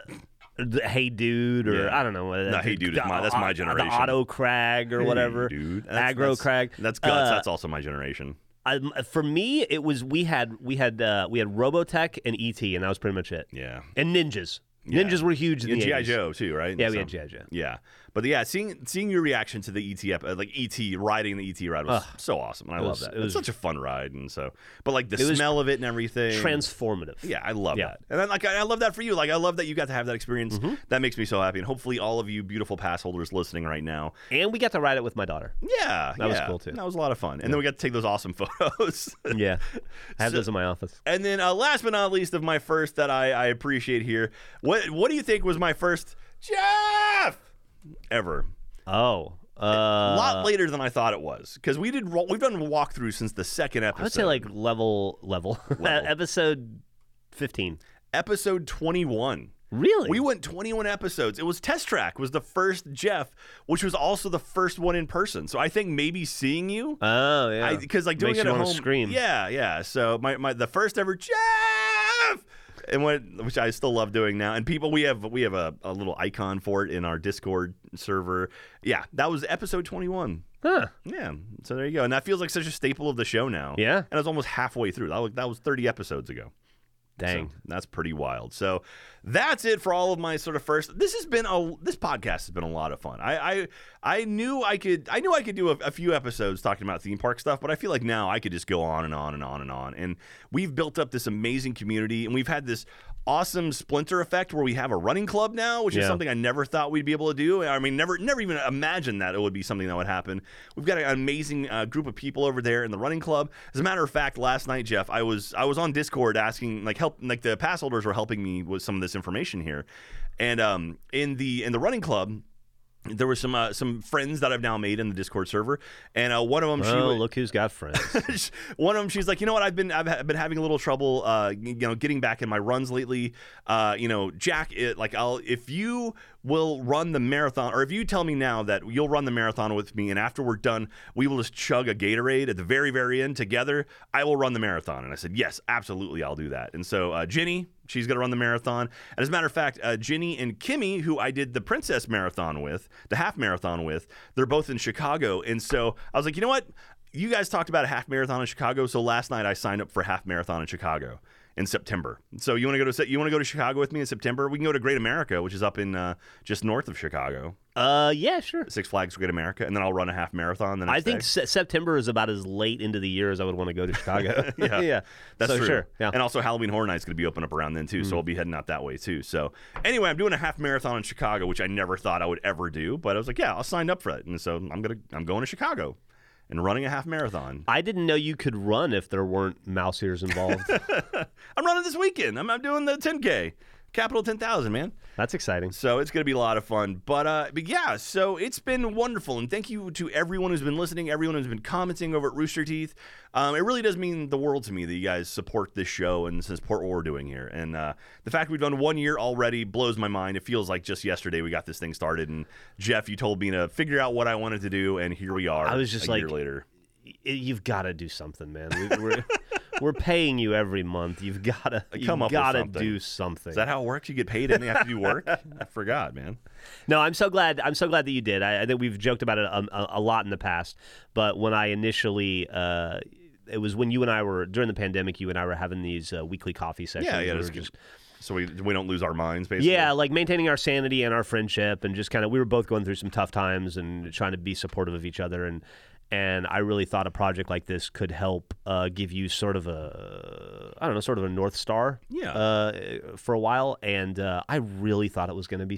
[SPEAKER 2] the Hey Dude, or
[SPEAKER 1] Yeah.
[SPEAKER 2] I don't know. uh,
[SPEAKER 1] No, Hey Dude is my- that's my
[SPEAKER 2] uh,
[SPEAKER 1] generation.
[SPEAKER 2] The Auto Crag or
[SPEAKER 1] Hey,
[SPEAKER 2] whatever,
[SPEAKER 1] dude. That's-
[SPEAKER 2] Agro
[SPEAKER 1] that's-
[SPEAKER 2] Crag.
[SPEAKER 1] That's guts.
[SPEAKER 2] Uh,
[SPEAKER 1] that's also my generation.
[SPEAKER 2] I, for me, it was we had we had uh, we had Robotech and ET, and that was pretty much it.
[SPEAKER 1] Yeah.
[SPEAKER 2] And ninjas, ninjas were huge. In
[SPEAKER 1] And
[SPEAKER 2] the
[SPEAKER 1] GI
[SPEAKER 2] 80s.
[SPEAKER 1] Joe too, right?
[SPEAKER 2] Yeah, we had
[SPEAKER 1] So-
[SPEAKER 2] GI Joe.
[SPEAKER 1] Yeah, but yeah, seeing seeing your reaction to the ET ep- uh, like ET riding the ET ride was so awesome, and I love
[SPEAKER 2] was-
[SPEAKER 1] that.
[SPEAKER 2] it
[SPEAKER 1] It was
[SPEAKER 2] was-
[SPEAKER 1] such a fun ride, and so but like the
[SPEAKER 2] It was
[SPEAKER 1] smell of it and everything.
[SPEAKER 2] Transformative.
[SPEAKER 1] yeah, I love
[SPEAKER 2] Yeah. Mm-hmm.
[SPEAKER 1] that, and then like I, I love that for you. Like I love that you got to have that experience. That makes me so happy, and hopefully all of you beautiful pass holders listening right now,
[SPEAKER 2] And we got to ride it with my daughter.
[SPEAKER 1] yeah,
[SPEAKER 2] That was
[SPEAKER 1] yeah,
[SPEAKER 2] cool, too.
[SPEAKER 1] That was a lot of fun, and then we got to take those awesome photos.
[SPEAKER 2] Yeah. I have those in my office.
[SPEAKER 1] And then, uh, last but not least, of my first that I, I appreciate here, what what do you think was my first Jeff ever?
[SPEAKER 2] Oh.
[SPEAKER 1] A
[SPEAKER 2] Uh,
[SPEAKER 1] lot later than I thouought it was because we did ro- we've done walkthrough since the second episode.
[SPEAKER 2] I would say like level level. Episode 15.
[SPEAKER 1] episode twenty one.
[SPEAKER 2] Really?
[SPEAKER 1] We went 21 episodes. It was Test Track was the first Jeff, which was also the first one in person. So I think maybe seeing you,
[SPEAKER 2] Oh, yeah.
[SPEAKER 1] because like doing
[SPEAKER 2] Makes
[SPEAKER 1] it
[SPEAKER 2] you
[SPEAKER 1] at
[SPEAKER 2] wanna
[SPEAKER 1] home,
[SPEAKER 2] scream.
[SPEAKER 1] yeah, yeah. So my, my the first ever Jeff, and what which I still love doing now. And people, we have we have a, a little icon for it in our Discord server. Yeah, that was episode twenty one.
[SPEAKER 2] Huh.
[SPEAKER 1] Yeah, so there you go. And that feels like such a staple of the show now.
[SPEAKER 2] Yeah.
[SPEAKER 1] and it's almost halfway through. That was, that was thirty episodes ago. So
[SPEAKER 2] Dang.
[SPEAKER 1] that's pretty wild. So that's it for all of my sort of first. This has been a this podcast has been a lot of fun. I I, I knew I could I knew I could do a, a few episodes talking about theme park stuff, but I feel like now I could just go on and on and on and on. And we've built up this amazing community, and we've had this awesome splinter effect where we have a running club now, which is
[SPEAKER 2] Yeah.
[SPEAKER 1] something I never thought we'd be able to do. I mean, never never even imagined that it would be something that would happen. We've got an amazing uh, group of people over there in the running club. As a matter of fact, last night, Jeff, I was I was on Discord asking like help like the pass holders were helping me with some of this information here, and um in the in the running club. There were some uh, some friends that I've now made in the Discord server, and uh, one of them she
[SPEAKER 2] oh,
[SPEAKER 1] wa-
[SPEAKER 2] look who's got friends.
[SPEAKER 1] one of them, she's like, you know what? I've been I've ha- been having a little trouble, uh, you know, getting back in my runs lately. Uh, you know, Jack, it, like I'll if you will run the marathon, or if you tell me now that you'll run the marathon with me, and after we're done, we will just chug a Gatorade at the very very end together. I will run the marathon, and I said, yes, absolutely, I'll do that. And so uh, Jenny, She's going to run the marathon. And as a matter of fact, uh, Ginny and Kimmy, who I did the princess marathon with, the half marathon with, they're both in Chicago. And so I was like, you know what? You guys talked about a half marathon in Chicago. So last night I signed up for half marathon in Chicago in September. So you want to go to you want to go to Chicago with me in September? We can go to Great America, which is up in uh, just north of Chicago.
[SPEAKER 2] uh, yeah, sure.
[SPEAKER 1] Six Flags Great America, and then I'll run a half marathon. The next
[SPEAKER 2] I think
[SPEAKER 1] day.
[SPEAKER 2] se- September is about as late into the year as I would want to go to Chicago. yeah.
[SPEAKER 1] That's
[SPEAKER 2] so,
[SPEAKER 1] true.
[SPEAKER 2] Sure. Yeah. Mm.
[SPEAKER 1] And also Halloween Horror Night's going to be open up around then too, so I'll be heading out that way too. So anyway, I'm doing a half marathon in Chicago, which I never thought I would ever do, but I was like, yeah, I'll sign up for it, and so I'm gonna I'm going to Chicago and running a half marathon.
[SPEAKER 2] I didn't know you could run if there weren't mouse ears involved.
[SPEAKER 1] I'm running this weekend. I'm, I'm doing the 10k. Capital 10,000, man.
[SPEAKER 2] That's exciting.
[SPEAKER 1] So it's going to be a lot of fun. But uh, but yeah, so it's been wonderful, and thank you to everyone who's been listening, everyone who's been commenting over at Rooster Teeth. Um, it really does mean the world to me that you guys support this show and support what we're doing here. And uh, the fact we've done one year already blows my mind. It feels like just yesterday we got this thing started, and Jeff, you told me to figure out what I wanted to do, and here we are.
[SPEAKER 2] I was just
[SPEAKER 1] a
[SPEAKER 2] like-
[SPEAKER 1] year later.
[SPEAKER 2] Y- You've got to do something, man. We, we're we're paying you every month. You've got to
[SPEAKER 1] Come
[SPEAKER 2] you've
[SPEAKER 1] up with
[SPEAKER 2] got to
[SPEAKER 1] something.
[SPEAKER 2] do something.
[SPEAKER 1] Is that how it works? You get paid and you have to do work? I forgot, man.
[SPEAKER 2] No, I'm so glad. I'm so glad that you did. I, I think we've joked about it a, a, a lot in the past, but when I initially, uh, it was when you and I were during the pandemic. You and I were having these uh, weekly coffee sessions.
[SPEAKER 1] Yeah, yeah.
[SPEAKER 2] We
[SPEAKER 1] Just,
[SPEAKER 2] were just-
[SPEAKER 1] so we, we don't lose our minds, basically.
[SPEAKER 2] yeah, like maintaining our sanity and our friendship, and just kind of we were both going through some tough times and trying to be supportive of each other. And and I really thought a project like this could help uh, give you sort of a I don't know, sort of a north star.
[SPEAKER 1] Yeah.
[SPEAKER 2] Uh, for a while, and uh, I really thought it was going to be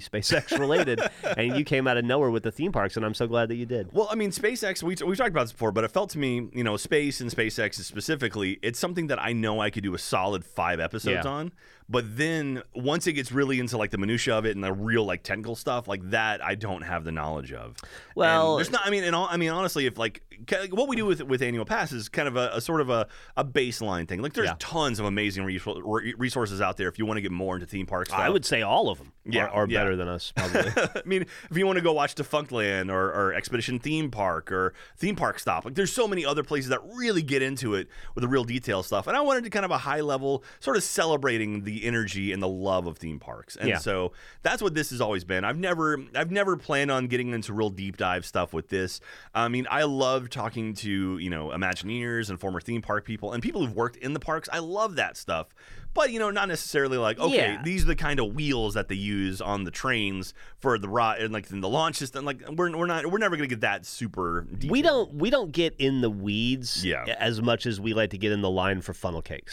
[SPEAKER 2] SpaceX related, and you came out of nowhere with the theme parks, and I'm so glad that you did.
[SPEAKER 1] Well, I mean, SpaceX, we, we've talked about this before, but it felt to me, you know, space and SpaceX specifically, it's something that I know I could do a solid five episodes
[SPEAKER 2] Yeah.
[SPEAKER 1] on. But then once it gets really into like the minutia of it and the real like technical stuff, like that, I don't have the knowledge of. And
[SPEAKER 2] Well-
[SPEAKER 1] there's not, I mean, and all, I mean, honestly, if like ca- what we do with with annual pass is kind of a, a sort of a, a baseline thing. Like there's
[SPEAKER 2] Yeah.
[SPEAKER 1] tons of amazing resource- re- resources out there if you want to get more into theme parks.
[SPEAKER 2] I would say all of them
[SPEAKER 1] Yeah,
[SPEAKER 2] are, are
[SPEAKER 1] yeah.
[SPEAKER 2] better than us, probably.
[SPEAKER 1] I mean, if you want to go watch Defunctland or, or Expedition Theme Park or Theme Park Stop, like there's so many other places that really get into it with the real detail stuff. And I wanted to kind of a high level, sort of celebrating the energy and the love of theme parks. And
[SPEAKER 2] Yeah.
[SPEAKER 1] so that's what this has always been. I've never, I've never planned on getting into real deep dive stuff with this. I mean, I love talking to you know Imagineers and former theme park people and people who've worked in the parks. I love that stuff. But you know, not necessarily like okay,
[SPEAKER 2] Yeah.
[SPEAKER 1] these are the kind of wheels that they use on the trains for the ride and like in the launch system. Like we're, we're not we're never gonna get that super. Deep.
[SPEAKER 2] We don't we don't get in the weeds
[SPEAKER 1] Yeah.
[SPEAKER 2] as much as we like to get in the line for funnel cakes.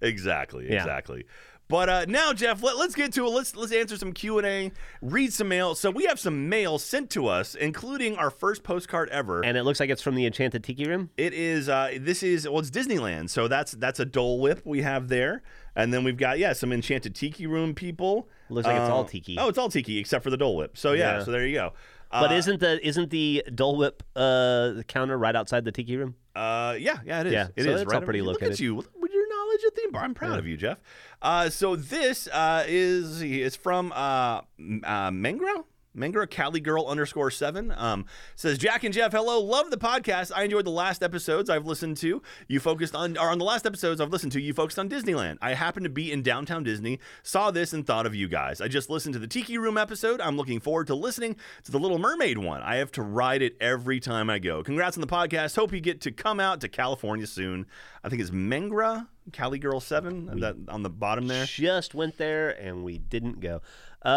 [SPEAKER 1] exactly
[SPEAKER 2] Yeah.
[SPEAKER 1] exactly. But uh, now, Jeff, let, let's get to it. Let's let's answer some Q and A, read some mail. So we have some mail sent to us, including our first postcard ever.
[SPEAKER 2] and it looks like it's from the Enchanted Tiki Room.
[SPEAKER 1] It is. Uh, this is well, it's Disneyland, so that's that's a Dole Whip we have there, and then we've got yeah some Enchanted Tiki Room people.
[SPEAKER 2] Looks like it's all tiki.
[SPEAKER 1] Oh, it's all tiki except for the Dole Whip. So yeah,
[SPEAKER 2] Yeah.
[SPEAKER 1] so there you go. Uh,
[SPEAKER 2] But isn't the isn't the Dole Whip uh, counter right outside the Tiki Room?
[SPEAKER 1] Uh, yeah, yeah, it is.
[SPEAKER 2] Yeah,
[SPEAKER 1] it is.
[SPEAKER 2] so it's all
[SPEAKER 1] over-
[SPEAKER 2] pretty
[SPEAKER 1] Look at
[SPEAKER 2] located.
[SPEAKER 1] you with your knowledge of theme bar. I'm proud of you, Jeff. Uh, so this uh, is is from uh, M- uh, Mengra. Mengra Cali Girl underscore seven um, says Jack and Jeff, hello, love the podcast. I enjoyed the last episodes I've listened to. You focused on, or on the last episodes I've listened to, you focused on Disneyland. I happened to be in downtown Disney, saw this and thought of you guys. I just listened to the Tiki Room episode. I'm looking forward to listening to the Little Mermaid one. I have to ride it every time I go. Congrats on the podcast. Hope you get to come out to California soon. I think it's Mengra Cali Girl Seven that on the bottom there.
[SPEAKER 2] Just went there and we didn't go.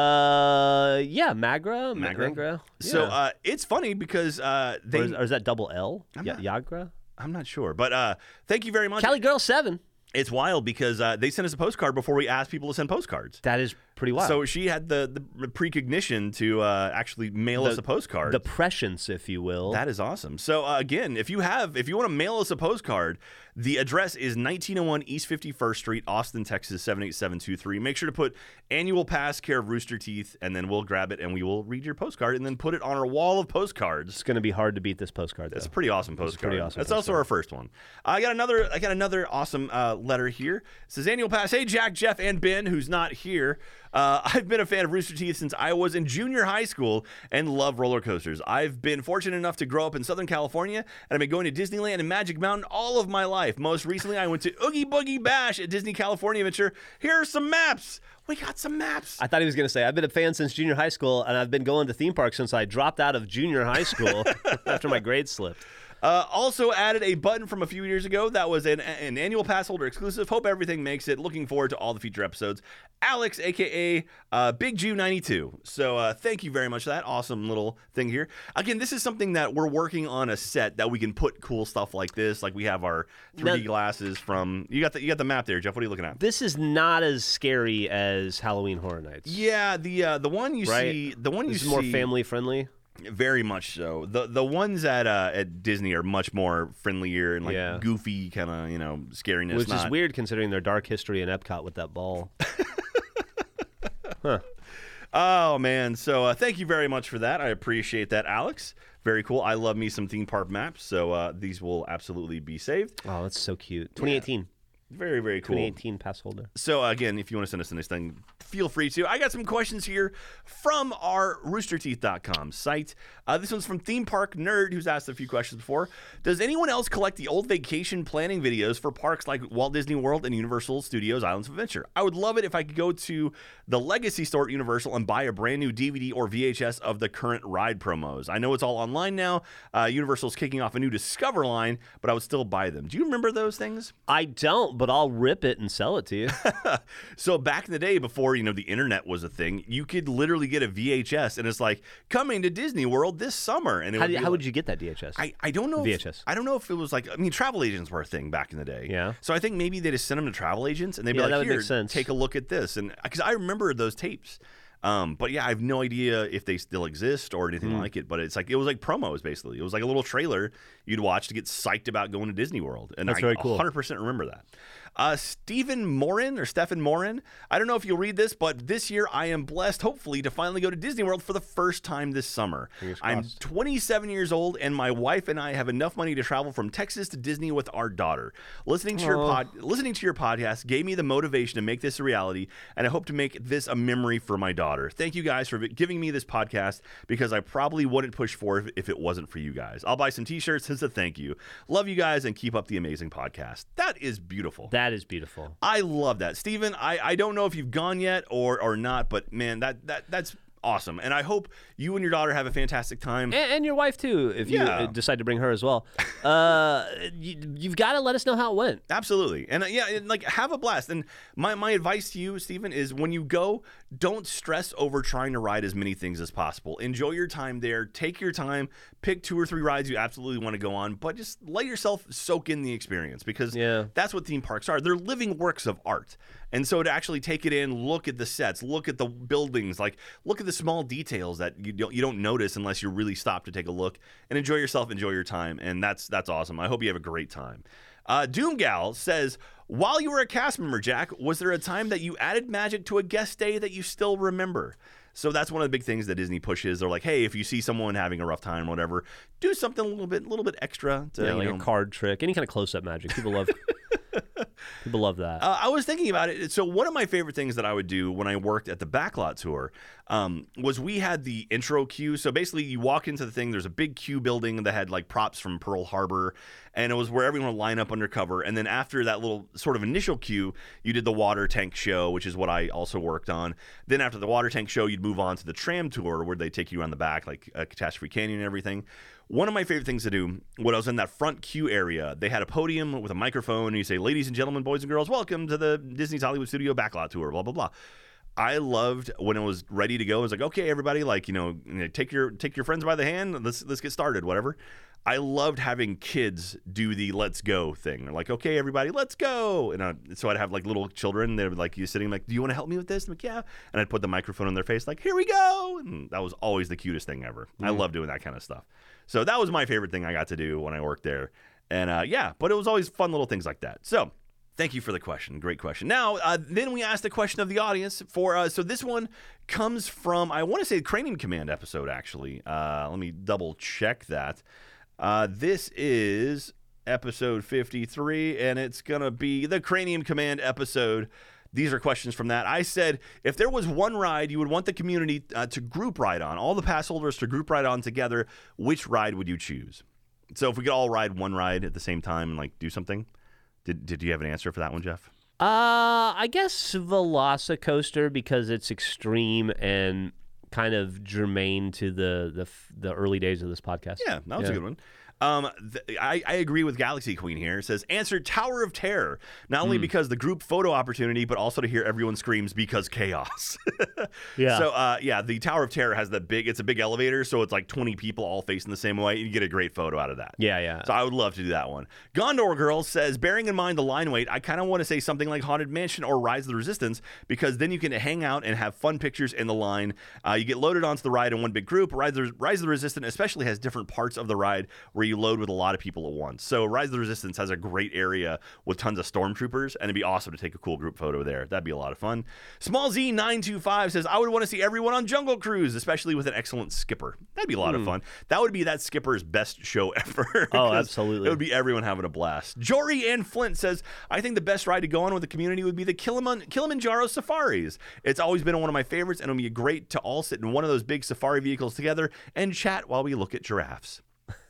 [SPEAKER 2] Uh, yeah, Magra, Ma-
[SPEAKER 1] Magra?
[SPEAKER 2] Magra.
[SPEAKER 1] So
[SPEAKER 2] Yeah.
[SPEAKER 1] uh, it's funny because uh, they.
[SPEAKER 2] or, is, or is that double L? Ya- Yagra.
[SPEAKER 1] I'm not sure, but uh, thank you very much.
[SPEAKER 2] Cali Girl Seven.
[SPEAKER 1] it's wild because uh, they sent us a postcard before we asked people to send postcards.
[SPEAKER 2] That is pretty wild.
[SPEAKER 1] So she had the, the precognition to uh, actually mail us a postcard.
[SPEAKER 2] the prescience, if you will.
[SPEAKER 1] That is awesome. So uh, again, if you have, if you want to mail us a postcard, the address is 1901 East 51st Street, Austin, Texas 78723. Make sure to put annual pass care of Rooster Teeth, and then we'll grab it and we will read your postcard and then put it on our wall of postcards.
[SPEAKER 2] it's going to be hard to beat this postcard. Though.
[SPEAKER 1] That's a pretty awesome postcard.
[SPEAKER 2] pretty awesome
[SPEAKER 1] That's also our first one. I got another. I got another awesome uh, letter here. It says annual pass. Hey Jack, Jeff, and Ben, who's not here. Uh, I've been a fan of Rooster Teeth since I was in junior high school and love roller coasters. I've been fortunate enough to grow up in Southern California and I've been going to Disneyland and Magic Mountain all of my life. Most recently, I went to Oogie Boogie Bash at Disney California Adventure. Here are some maps. We got some maps.
[SPEAKER 2] I thought he was going to say, I've been a fan since junior high school, and I've been going to theme parks since I dropped out of junior high school after my grades slipped.
[SPEAKER 1] Uh, also added a button from a few years ago that was an, an annual pass holder exclusive. Hope everything makes it. Looking forward to all the future episodes. Alex, aka uh, Big Jew 92. So uh, thank you very much for that awesome little thing here. Again, this is something that we're working on a set that we can put cool stuff like this. Like we have our 3D
[SPEAKER 2] Now-
[SPEAKER 1] glasses from you got the you got the map there, Jeff. What are you looking at?
[SPEAKER 2] This is not as scary as Halloween Horror Nights.
[SPEAKER 1] Yeah, the uh, the one you
[SPEAKER 2] Right.
[SPEAKER 1] see, the one
[SPEAKER 2] This
[SPEAKER 1] you
[SPEAKER 2] is more
[SPEAKER 1] see-
[SPEAKER 2] family friendly.
[SPEAKER 1] Very much so. The the ones at uh, at Disney are much more friendlier and like
[SPEAKER 2] Yeah.
[SPEAKER 1] goofy kind of you know scariness.
[SPEAKER 2] Which
[SPEAKER 1] not-
[SPEAKER 2] is weird considering their dark history in Epcot with that ball.
[SPEAKER 1] Oh man, so uh, thank you very much for that. I appreciate that, Alex. Very cool. I love me some theme park maps, so uh, these will absolutely be saved.
[SPEAKER 2] Oh, that's so cute. 2018.
[SPEAKER 1] Very very cool.
[SPEAKER 2] 2018 pass holder.
[SPEAKER 1] So again, if you want to send us this thing, feel free to. I got some questions here from our roosterteeth.com site. Uh, this one's from Theme Park Nerd, who's asked a few questions before. Does anyone else collect the old vacation planning videos for parks like Walt Disney World and Universal Studios Islands of Adventure? I would love it if I could go to the Legacy Store at Universal and buy a brand new DVD or VHS of the current ride promos. I know it's all online now. Uh, Universal's kicking off a new Discover line, but I would still buy them. Do you remember those things?
[SPEAKER 2] I don't, but I'll rip it and sell it to you.
[SPEAKER 1] So back in the day, before you know the internet was a thing, you could literally get a VHS, and it's like coming to Disney World this summer. And it
[SPEAKER 2] how,
[SPEAKER 1] would
[SPEAKER 2] do,
[SPEAKER 1] be
[SPEAKER 2] how
[SPEAKER 1] like-
[SPEAKER 2] would you get that DHS?
[SPEAKER 1] I, I don't know
[SPEAKER 2] VHS.
[SPEAKER 1] If, I don't know if it was like I mean travel agents were a thing back in the day.
[SPEAKER 2] Yeah.
[SPEAKER 1] So I think maybe they just sent them to travel agents, and they'd
[SPEAKER 2] Yeah,
[SPEAKER 1] be
[SPEAKER 2] that
[SPEAKER 1] like,
[SPEAKER 2] would make
[SPEAKER 1] "Here,
[SPEAKER 2] sense.
[SPEAKER 1] take a look at this," and because I remember those tapes. Um, but yeah, I have no idea if they still exist or
[SPEAKER 2] Hmm.
[SPEAKER 1] anything like it. But it's like it was like promos basically. It was like a little trailer you'd watch to get psyched about going to Disney World, and
[SPEAKER 2] That's
[SPEAKER 1] I
[SPEAKER 2] very cool.
[SPEAKER 1] 100% remember that. Uh, Stephen Morin or Stephen Morin. I don't know if you'll read this, but this year I am blessed, hopefully, to finally go to Disney World for the first time this summer. I'm 27 years old, and my wife and I have enough money to travel from Texas to Disney with our daughter. Listening to your pod, listening to your podcast gave me the motivation to make this a reality, and I hope to make this a memory for my daughter. Thank you guys for giving me this podcast because I probably wouldn't push for it if it wasn't for you guys. I'll buy some T-shirts as a thank you. Love you guys, and keep up the amazing podcast. That is beautiful.
[SPEAKER 2] that is beautiful.
[SPEAKER 1] I love that, Steven, I, I don't know if you've gone yet or or not, but man, that that that's awesome. And I hope you and your daughter have a fantastic time.
[SPEAKER 2] And, and your wife too, if you
[SPEAKER 1] Yeah.
[SPEAKER 2] uh, decide to bring her as well. Uh, you, you've got to let us know how it went.
[SPEAKER 1] Absolutely. And uh, yeah, and, like have a blast. And my, my advice to you, Stephen, is when you go, don't stress over trying to ride as many things as possible. Enjoy your time there. Take your time. Pick two or three rides you absolutely want to go on, but just let yourself soak in the experience because
[SPEAKER 2] Yeah.
[SPEAKER 1] that's what theme parks are. They're living works of art. And so to actually take it in, look at the sets, look at the buildings, like look at the small details that you don't you don't notice unless you really stop to take a look and enjoy yourself, enjoy your time, and that's that's awesome. I hope you have a great time. Uh, Doomgal says, while you were a cast member, Jack, was there a time that you added magic to a guest day that you still remember? So that's one of the big things that Disney pushes. They're like, hey, if you see someone having a rough time or whatever, do something a little bit, little bit extra. To,
[SPEAKER 2] Yeah,
[SPEAKER 1] you
[SPEAKER 2] like
[SPEAKER 1] know,
[SPEAKER 2] a card trick, any kind of close-up magic. People love. people love that.
[SPEAKER 1] Uh, I was thinking about it. So one of my favorite things that I would do when I worked at the backlot tour um, was we had the intro queue. So basically, you walk into the thing. There's a big queue building that had like props from Pearl Harbor, and it was where everyone would line up undercover. And then after that little sort of initial queue, you did the water tank show, which is what I also worked on. Then after the water tank show, you'd move on to the tram tour where they take you around the back, like uh, Catastrophe Canyon and everything. One of my favorite things to do when I was in that front queue area, they had a podium with a microphone, and you say, Ladies and gentlemen, boys and girls, welcome to the Disney's Hollywood Studio Backlot Tour, blah, blah, blah. I loved when it was ready to go. It was like, okay, everybody, like, you know, you know, take your take your friends by the hand, let's let's get started, whatever. I loved having kids do the let's go thing. They're like, okay, everybody, let's go. And uh so I'd have like little children. They would like, you sitting like, do you want to help me with this? I'm like, yeah. And I'd put the microphone in their face, like, here we go. And that was always the cutest thing ever. I love doing that kind of stuff. So that was my favorite thing I got to do when I worked there. And uh, yeah, but it was always fun little things like that. So thank you for the question. Great question. Now, uh, then we asked a question of the audience for, uh, so this one comes from, I want to say the Cranium Command episode, actually. Uh, let me double check that. Uh, this is episode 53, and it's going to be the Cranium Command episode. These are questions from that. I said, if there was one ride you would want the community uh, to group ride on, all the pass holders to group ride on together, which ride would you choose? So if we could all ride one ride at the same time and like do something, did did you have an answer for that one, Jeff?
[SPEAKER 2] Uh, I guess Velocicoaster because it's extreme and kind of germane to the the, f- the early days of this podcast.
[SPEAKER 1] Yeah, that was a good one. Um, th- I, I agree with Galaxy Queen here. It says answer Tower of Terror, not
[SPEAKER 2] Hmm.
[SPEAKER 1] only because the group photo opportunity, but also to hear everyone screams because chaos.
[SPEAKER 2] Yeah.
[SPEAKER 1] So uh, yeah, the Tower of Terror has the big. It's a big elevator, so it's like twenty people all facing the same way. You get a great photo out of that.
[SPEAKER 2] Yeah, yeah.
[SPEAKER 1] So I would love to do that one. Gondor Girl says, bearing in mind the line weight, I kind of want to say something like Haunted Mansion or Rise of the Resistance because then you can hang out and have fun pictures in the line. Uh, you get loaded onto the ride in one big group. Rise of, the, Rise of the Resistance especially has different parts of the ride where you load with a lot of people at once. So Rise of the Resistance has a great area with tons of stormtroopers, and it'd be awesome to take a cool group photo there. That'd be a lot of fun. Small Z925 says, I would want to see everyone on Jungle Cruise, especially with an excellent skipper. That'd be a lot of fun. That would be that skipper's best show ever.
[SPEAKER 2] Hmm. Oh,
[SPEAKER 1] 'Cause
[SPEAKER 2] absolutely.
[SPEAKER 1] It would be everyone having a blast. Jory and Flint says, I think the best ride to go on with the community would be the Kiliman- Kilimanjaro safaris. It's always been one of my favorites, and it would be great to all sit in one of those big safari vehicles together and chat while we look at giraffes.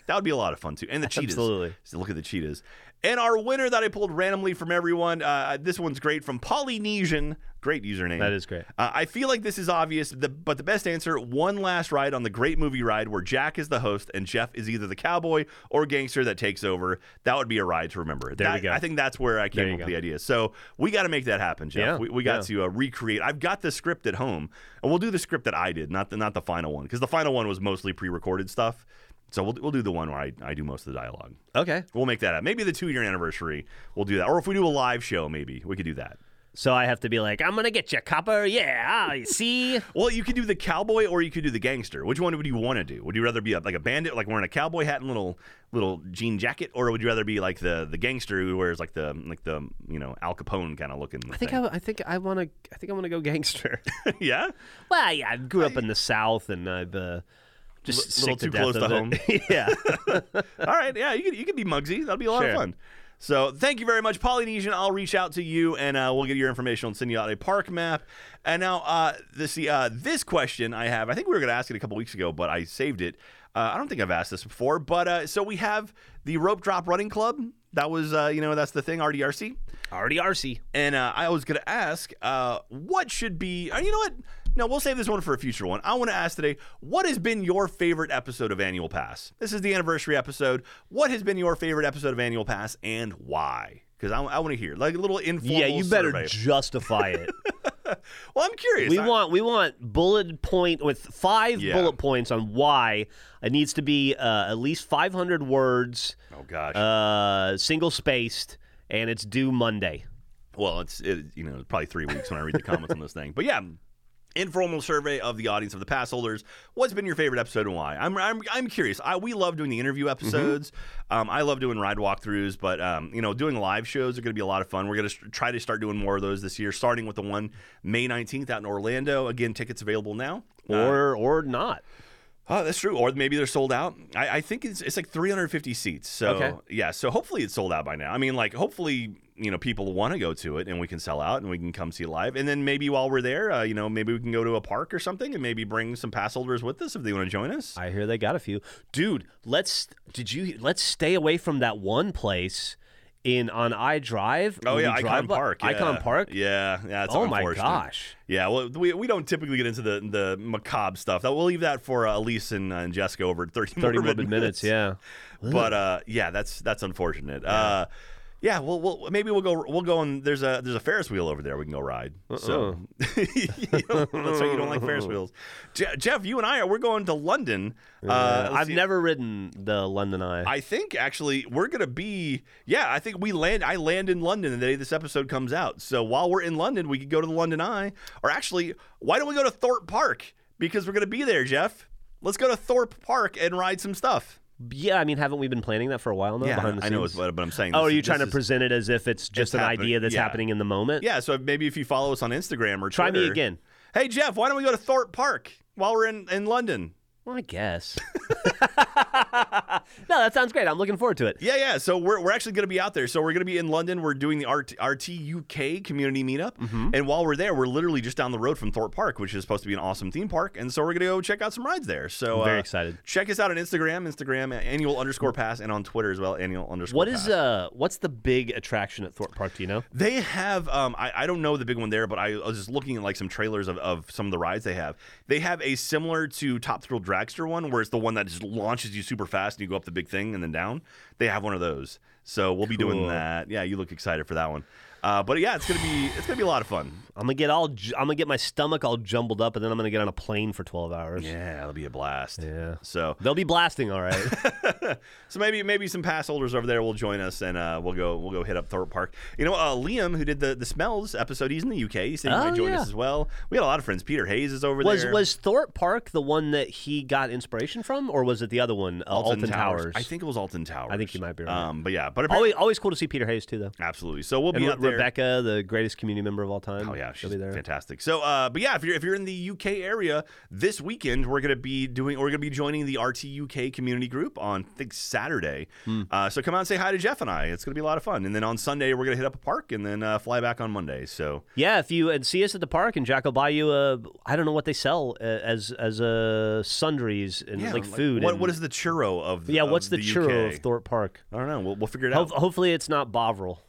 [SPEAKER 1] That would be a lot of fun too, and the cheetahs.
[SPEAKER 2] Absolutely.
[SPEAKER 1] So look at the cheetahs. And our winner that I pulled randomly from everyone. Uh, this one's great from Polynesian. Great username.
[SPEAKER 2] That is great.
[SPEAKER 1] Uh, I feel like this is obvious, the, but the best answer one last ride on the great movie ride where Jack is the host and Jeff is either the cowboy or gangster that takes over. That would be a ride to remember.
[SPEAKER 2] There we
[SPEAKER 1] That-
[SPEAKER 2] go.
[SPEAKER 1] I think that's where I
[SPEAKER 2] There
[SPEAKER 1] came
[SPEAKER 2] you
[SPEAKER 1] up with
[SPEAKER 2] go.
[SPEAKER 1] the idea. So we got to make that happen, Jeff.
[SPEAKER 2] Yeah,
[SPEAKER 1] we, we got
[SPEAKER 2] yeah.
[SPEAKER 1] to uh, recreate. I've got the script at home, and we'll do the script that I did, not the, not the final one, because the final one was mostly pre recorded stuff. So we'll, we'll do the one where I, I do most of the dialogue.
[SPEAKER 2] Okay.
[SPEAKER 1] We'll make that up. Maybe the two year anniversary, we'll do that. Or if we do a live show, maybe we could do that.
[SPEAKER 2] So I have to be like, I'm gonna get you, copper. Yeah, I see.
[SPEAKER 1] Well, you could do the cowboy or you could do the gangster. Which one would you want to do? Would you rather be a, like a bandit, like wearing a cowboy hat and little little jean jacket, or would you rather be like the the gangster who wears like the like the you know Al Capone kind of looking?
[SPEAKER 2] I think I, I think I want to. I think I want to go gangster.
[SPEAKER 1] yeah.
[SPEAKER 2] well, yeah, I grew up in the South, and I've uh, just
[SPEAKER 1] Li- little
[SPEAKER 2] sick to
[SPEAKER 1] too
[SPEAKER 2] death
[SPEAKER 1] close to
[SPEAKER 2] of
[SPEAKER 1] home.
[SPEAKER 2] it. yeah.
[SPEAKER 1] All right, yeah, you could, you could be Muggsy. That'll be a lot
[SPEAKER 2] Sure.
[SPEAKER 1] of fun. So thank you very much, Polynesian. I'll reach out to you and uh, we'll get your information and send you out a park map. And now uh, this the, uh, this question I have, I think we were going to ask it a couple weeks ago, but I saved it. Uh, I don't think I've asked this before, but uh, so we have the rope drop running club. That was uh, you know that's the thing RDRC.
[SPEAKER 2] Already RC.
[SPEAKER 1] And uh, I was going to ask, uh, what should be? Uh, you know what? No, we'll save this one for a future one. I want to ask today, what has been your favorite episode of Annual Pass? This is the anniversary episode. What has been your favorite episode of Annual Pass, and why? Because I, want to hear like a little informal.
[SPEAKER 2] Yeah, you better
[SPEAKER 1] survey.
[SPEAKER 2] justify it.
[SPEAKER 1] well, I'm curious.
[SPEAKER 2] we
[SPEAKER 1] I-
[SPEAKER 2] want we want bullet point with five
[SPEAKER 1] Yeah.
[SPEAKER 2] bullet points on why it needs to be uh, at least 500 words,
[SPEAKER 1] Oh gosh.
[SPEAKER 2] uh, single spaced, and it's due Monday.
[SPEAKER 1] well, it's it, you know probably three weeks when I read the comments on this thing. But yeah, informal survey of the audience of the pass holders. What's been your favorite episode and why? I'm I'm, I'm curious. I we love doing the interview episodes. Um, I love doing ride walkthroughs, but um, you know, doing live shows are going to be a lot of fun. We're going to try to start doing more of those this year, starting with the one May 19th out in Orlando. Again, tickets available now.
[SPEAKER 2] Or or not.
[SPEAKER 1] Oh, that's true. Or maybe they're sold out. I, I think it's it's like 350 seats. So
[SPEAKER 2] Okay.
[SPEAKER 1] yeah, so hopefully it's sold out by now. I mean, like hopefully you know people want to go to it and we can sell out and we can come see it live. And then maybe while we're there, uh, you know, maybe we can go to a park or something and maybe bring some pass holders with us if they want to join us.
[SPEAKER 2] I hear they got a few. Dude, let's did you let's stay away from that one place in on I Drive.
[SPEAKER 1] Oh
[SPEAKER 2] when
[SPEAKER 1] yeah,
[SPEAKER 2] we drive
[SPEAKER 1] Icon
[SPEAKER 2] by-
[SPEAKER 1] Park. Yeah.
[SPEAKER 2] Icon Park.
[SPEAKER 1] Yeah, yeah. That's
[SPEAKER 2] Oh my
[SPEAKER 1] unfortunate.
[SPEAKER 2] gosh.
[SPEAKER 1] Yeah, well, we, we don't typically get into the the macabre stuff. That we'll leave that for uh, Elise and, uh, and Jessica over at 30
[SPEAKER 2] 30
[SPEAKER 1] morbid
[SPEAKER 2] morbid minutes, yeah.
[SPEAKER 1] but uh, yeah, that's that's unfortunate. Uh, yeah, well, we'll maybe we'll go we'll go and there's a there's a Ferris wheel over there we can go ride. So You know, that's why you don't like Ferris wheels. Je- Jeff, you and I are we're going to London. Uh,
[SPEAKER 2] Uh,
[SPEAKER 1] let's
[SPEAKER 2] I've
[SPEAKER 1] see.
[SPEAKER 2] never ridden the London Eye.
[SPEAKER 1] I think actually we're gonna be yeah I think we land I land in London the day this episode comes out so while we're in London we could go to the London Eye or actually why don't we go to Thorpe Park because we're gonna be there Jeff let's go to Thorpe Park and ride some stuff
[SPEAKER 2] yeah, I mean, haven't we been planning that for a while now?
[SPEAKER 1] yeah
[SPEAKER 2] behind the
[SPEAKER 1] I know
[SPEAKER 2] scenes?
[SPEAKER 1] it's what but I'm saying
[SPEAKER 2] Oh,
[SPEAKER 1] this
[SPEAKER 2] are
[SPEAKER 1] is-
[SPEAKER 2] you trying
[SPEAKER 1] this
[SPEAKER 2] to
[SPEAKER 1] is-
[SPEAKER 2] present it as if it's just an
[SPEAKER 1] happening-
[SPEAKER 2] idea that's
[SPEAKER 1] yeah.
[SPEAKER 2] happening in the moment?
[SPEAKER 1] Yeah, so maybe if you follow us on Instagram or
[SPEAKER 2] Try me
[SPEAKER 1] Twitter-
[SPEAKER 2] again.
[SPEAKER 1] Hey Jeff, why don't we go to Thorpe Park while we're in, in London?
[SPEAKER 2] Well, I guess. no, that sounds great. I'm looking forward to it.
[SPEAKER 1] Yeah, yeah. So we're, we're actually going to be out there. So we're going to be in London. We're doing the RT, RT UK community meetup,
[SPEAKER 2] Mm-hmm.
[SPEAKER 1] and while we're there, we're literally just down the road from Thorpe Park, which is supposed to be an awesome theme park. And so we're going to go check out some rides there. So
[SPEAKER 2] I'm very
[SPEAKER 1] uh,
[SPEAKER 2] excited.
[SPEAKER 1] Check us out on Instagram, Instagram at annual underscore pass, and on Twitter as well, annual underscore.
[SPEAKER 2] What
[SPEAKER 1] pass.
[SPEAKER 2] is uh what's the big attraction at Thorpe Park, do you know?
[SPEAKER 1] They have, um, I, I don't know the big one there, but I, was just looking at like some trailers of, of some of the rides they have. They have a similar to Top Thrill Dragster one, where it's the one that just launches you super fast and you go up the big thing and then down. They have one of those, so we'll be doing
[SPEAKER 2] Cool.
[SPEAKER 1] that. Yeah, you look excited for that one. Uh, but yeah, it's gonna be it's gonna be a lot of fun.
[SPEAKER 2] I'm gonna get all. ju- I'm gonna get my stomach all jumbled up, and then I'm gonna get on a plane for 12 hours.
[SPEAKER 1] Yeah, it'll be a blast.
[SPEAKER 2] Yeah.
[SPEAKER 1] So
[SPEAKER 2] They'll be blasting, all right.
[SPEAKER 1] So maybe maybe some pass holders over there will join us and uh, we'll go we'll go hit up Thorpe Park. You know, uh, Liam who did the, the smells episode, he's in the UK. He said he
[SPEAKER 2] Oh,
[SPEAKER 1] might join
[SPEAKER 2] yeah.
[SPEAKER 1] us as well. We had a lot of friends. Peter Hayes is over
[SPEAKER 2] was
[SPEAKER 1] there.
[SPEAKER 2] was Thorpe Park the one that he got inspiration from, or was it the other one, uh, Alton, Towers?
[SPEAKER 1] I think it was Alton Towers.
[SPEAKER 2] I think you might be right.
[SPEAKER 1] Um, but yeah, but apparently,
[SPEAKER 2] Always, always cool to see Peter Hayes too, though.
[SPEAKER 1] absolutely. So we'll
[SPEAKER 2] And
[SPEAKER 1] be
[SPEAKER 2] Re-
[SPEAKER 1] up there.
[SPEAKER 2] Rebecca, the greatest community member of all time.
[SPEAKER 1] Oh yeah, she's
[SPEAKER 2] she'll be there.
[SPEAKER 1] fantastic. So, uh, but yeah, if you're if you're in the UK area this weekend, we're gonna be doing we're gonna be joining the RT UK community group on I think Saturday.
[SPEAKER 2] Hmm.
[SPEAKER 1] Uh, so come out and say hi to Jeff and I. It's gonna be a lot of fun. And then on Sunday we're gonna hit up a park and then uh, fly back on Monday. So
[SPEAKER 2] Yeah, if you and see us at the park, and Jack will buy you a I don't know what they sell uh, as as uh, sundries and like food.
[SPEAKER 1] What
[SPEAKER 2] and-
[SPEAKER 1] what is the um, churro of
[SPEAKER 2] yeah?
[SPEAKER 1] of
[SPEAKER 2] What's the, churro
[SPEAKER 1] UK?
[SPEAKER 2] of Thorpe Park?
[SPEAKER 1] I don't know. We'll, we'll figure it
[SPEAKER 2] Ho-
[SPEAKER 1] out.
[SPEAKER 2] hopefully, it's not Bovril.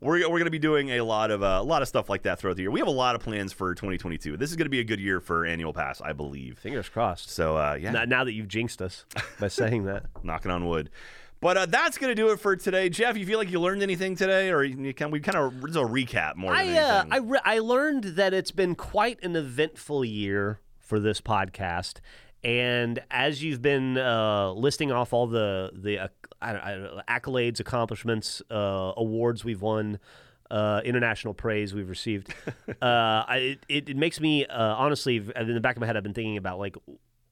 [SPEAKER 1] we're we're going to be doing a lot of uh, a lot of stuff like that throughout the year. We have a lot of plans for 2022. This is going to be a good year for annual pass, I believe.
[SPEAKER 2] Fingers crossed.
[SPEAKER 1] So uh, yeah,
[SPEAKER 2] Now, now that you've jinxed us by saying that,
[SPEAKER 1] knocking on wood. But uh, that's going to do it for today, Jeff. You feel like you learned anything today, or you can we kind of it's a recap more than
[SPEAKER 2] I uh,
[SPEAKER 1] anything?
[SPEAKER 2] I re- I learned that it's been quite an eventful year for this podcast. And as you've been uh, listing off all the the uh, I don't- I don't know, accolades, accomplishments, uh, awards we've won, uh, international praise we've received, uh, I, it, it makes me uh, honestly in the back of my head I've been thinking about like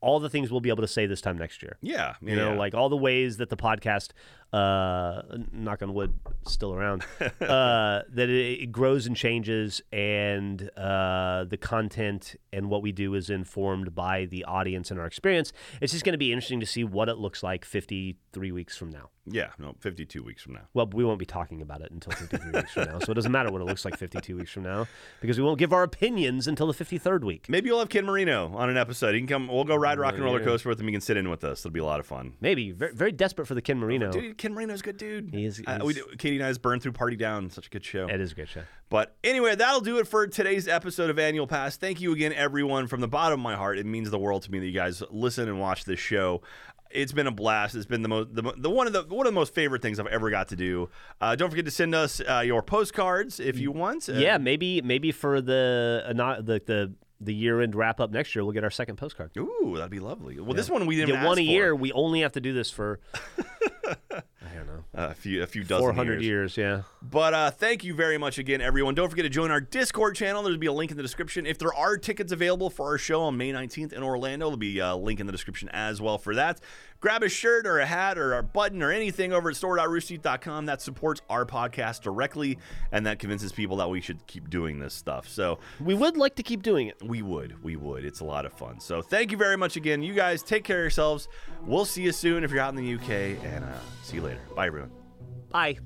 [SPEAKER 2] all the things we'll be able to say this time next year.
[SPEAKER 1] yeah,
[SPEAKER 2] You know,
[SPEAKER 1] yeah.
[SPEAKER 2] like all the ways that the podcast, uh, knock on wood, still around, uh, that it, it grows and changes, and uh, the content and what we do is informed by the audience and our experience. It's just going to be interesting to see what it looks like 53 weeks from now.
[SPEAKER 1] yeah, no, 52 weeks from now.
[SPEAKER 2] Well, we won't be talking about it until 53 weeks from now, so it doesn't matter what it looks like 52 weeks from now because we won't give our opinions until the 53rd week.
[SPEAKER 1] Maybe you'll have Ken Marino on an episode. He can come. We'll go ride Rock and Roller Coaster with him. He can sit in with us. It'll be a lot of fun.
[SPEAKER 2] Maybe very, very desperate for the Ken Marino.
[SPEAKER 1] Dude, Ken Marino's a good dude.
[SPEAKER 2] He is-
[SPEAKER 1] Uh,
[SPEAKER 2] he's-
[SPEAKER 1] we do- Katie and I's burned through Party Down. Such a good show.
[SPEAKER 2] It is a good show.
[SPEAKER 1] But anyway, that'll do it for today's episode of Annual Pass. Thank you again, everyone, from the bottom of my heart. It means the world to me that you guys listen and watch this show. It's been a blast. It's been the most, the, mo- the one of the one of the most favorite things I've ever got to do. Uh, don't forget to send us uh, your postcards if you want. Uh,
[SPEAKER 2] Yeah, maybe maybe for the uh, not the the, the year end wrap up next year, we'll get our second postcard.
[SPEAKER 1] Ooh, that'd be lovely. Well, this one we didn't
[SPEAKER 2] Get
[SPEAKER 1] ask
[SPEAKER 2] one a
[SPEAKER 1] for.
[SPEAKER 2] year. We only have to do this for I don't know
[SPEAKER 1] a few a few dozen
[SPEAKER 2] four hundred
[SPEAKER 1] years.
[SPEAKER 2] years. Yeah,
[SPEAKER 1] But uh, thank you very much again, everyone. Don't forget to join our Discord channel. There'll be a link in the description. If there are tickets available for our show on May 19th in Orlando, there'll be a link in the description as well for that. Grab a shirt or a hat or a button or anything over at store.roosterteeth.com. That supports our podcast directly, and that convinces people that we should keep doing this stuff. So
[SPEAKER 2] we would like to keep doing it.
[SPEAKER 1] we would. We would. It's a lot of fun. So thank you very much again. You guys take care of yourselves. We'll see you soon if you're out in the UK, and uh, see you later. Bye, everyone.
[SPEAKER 2] Bye.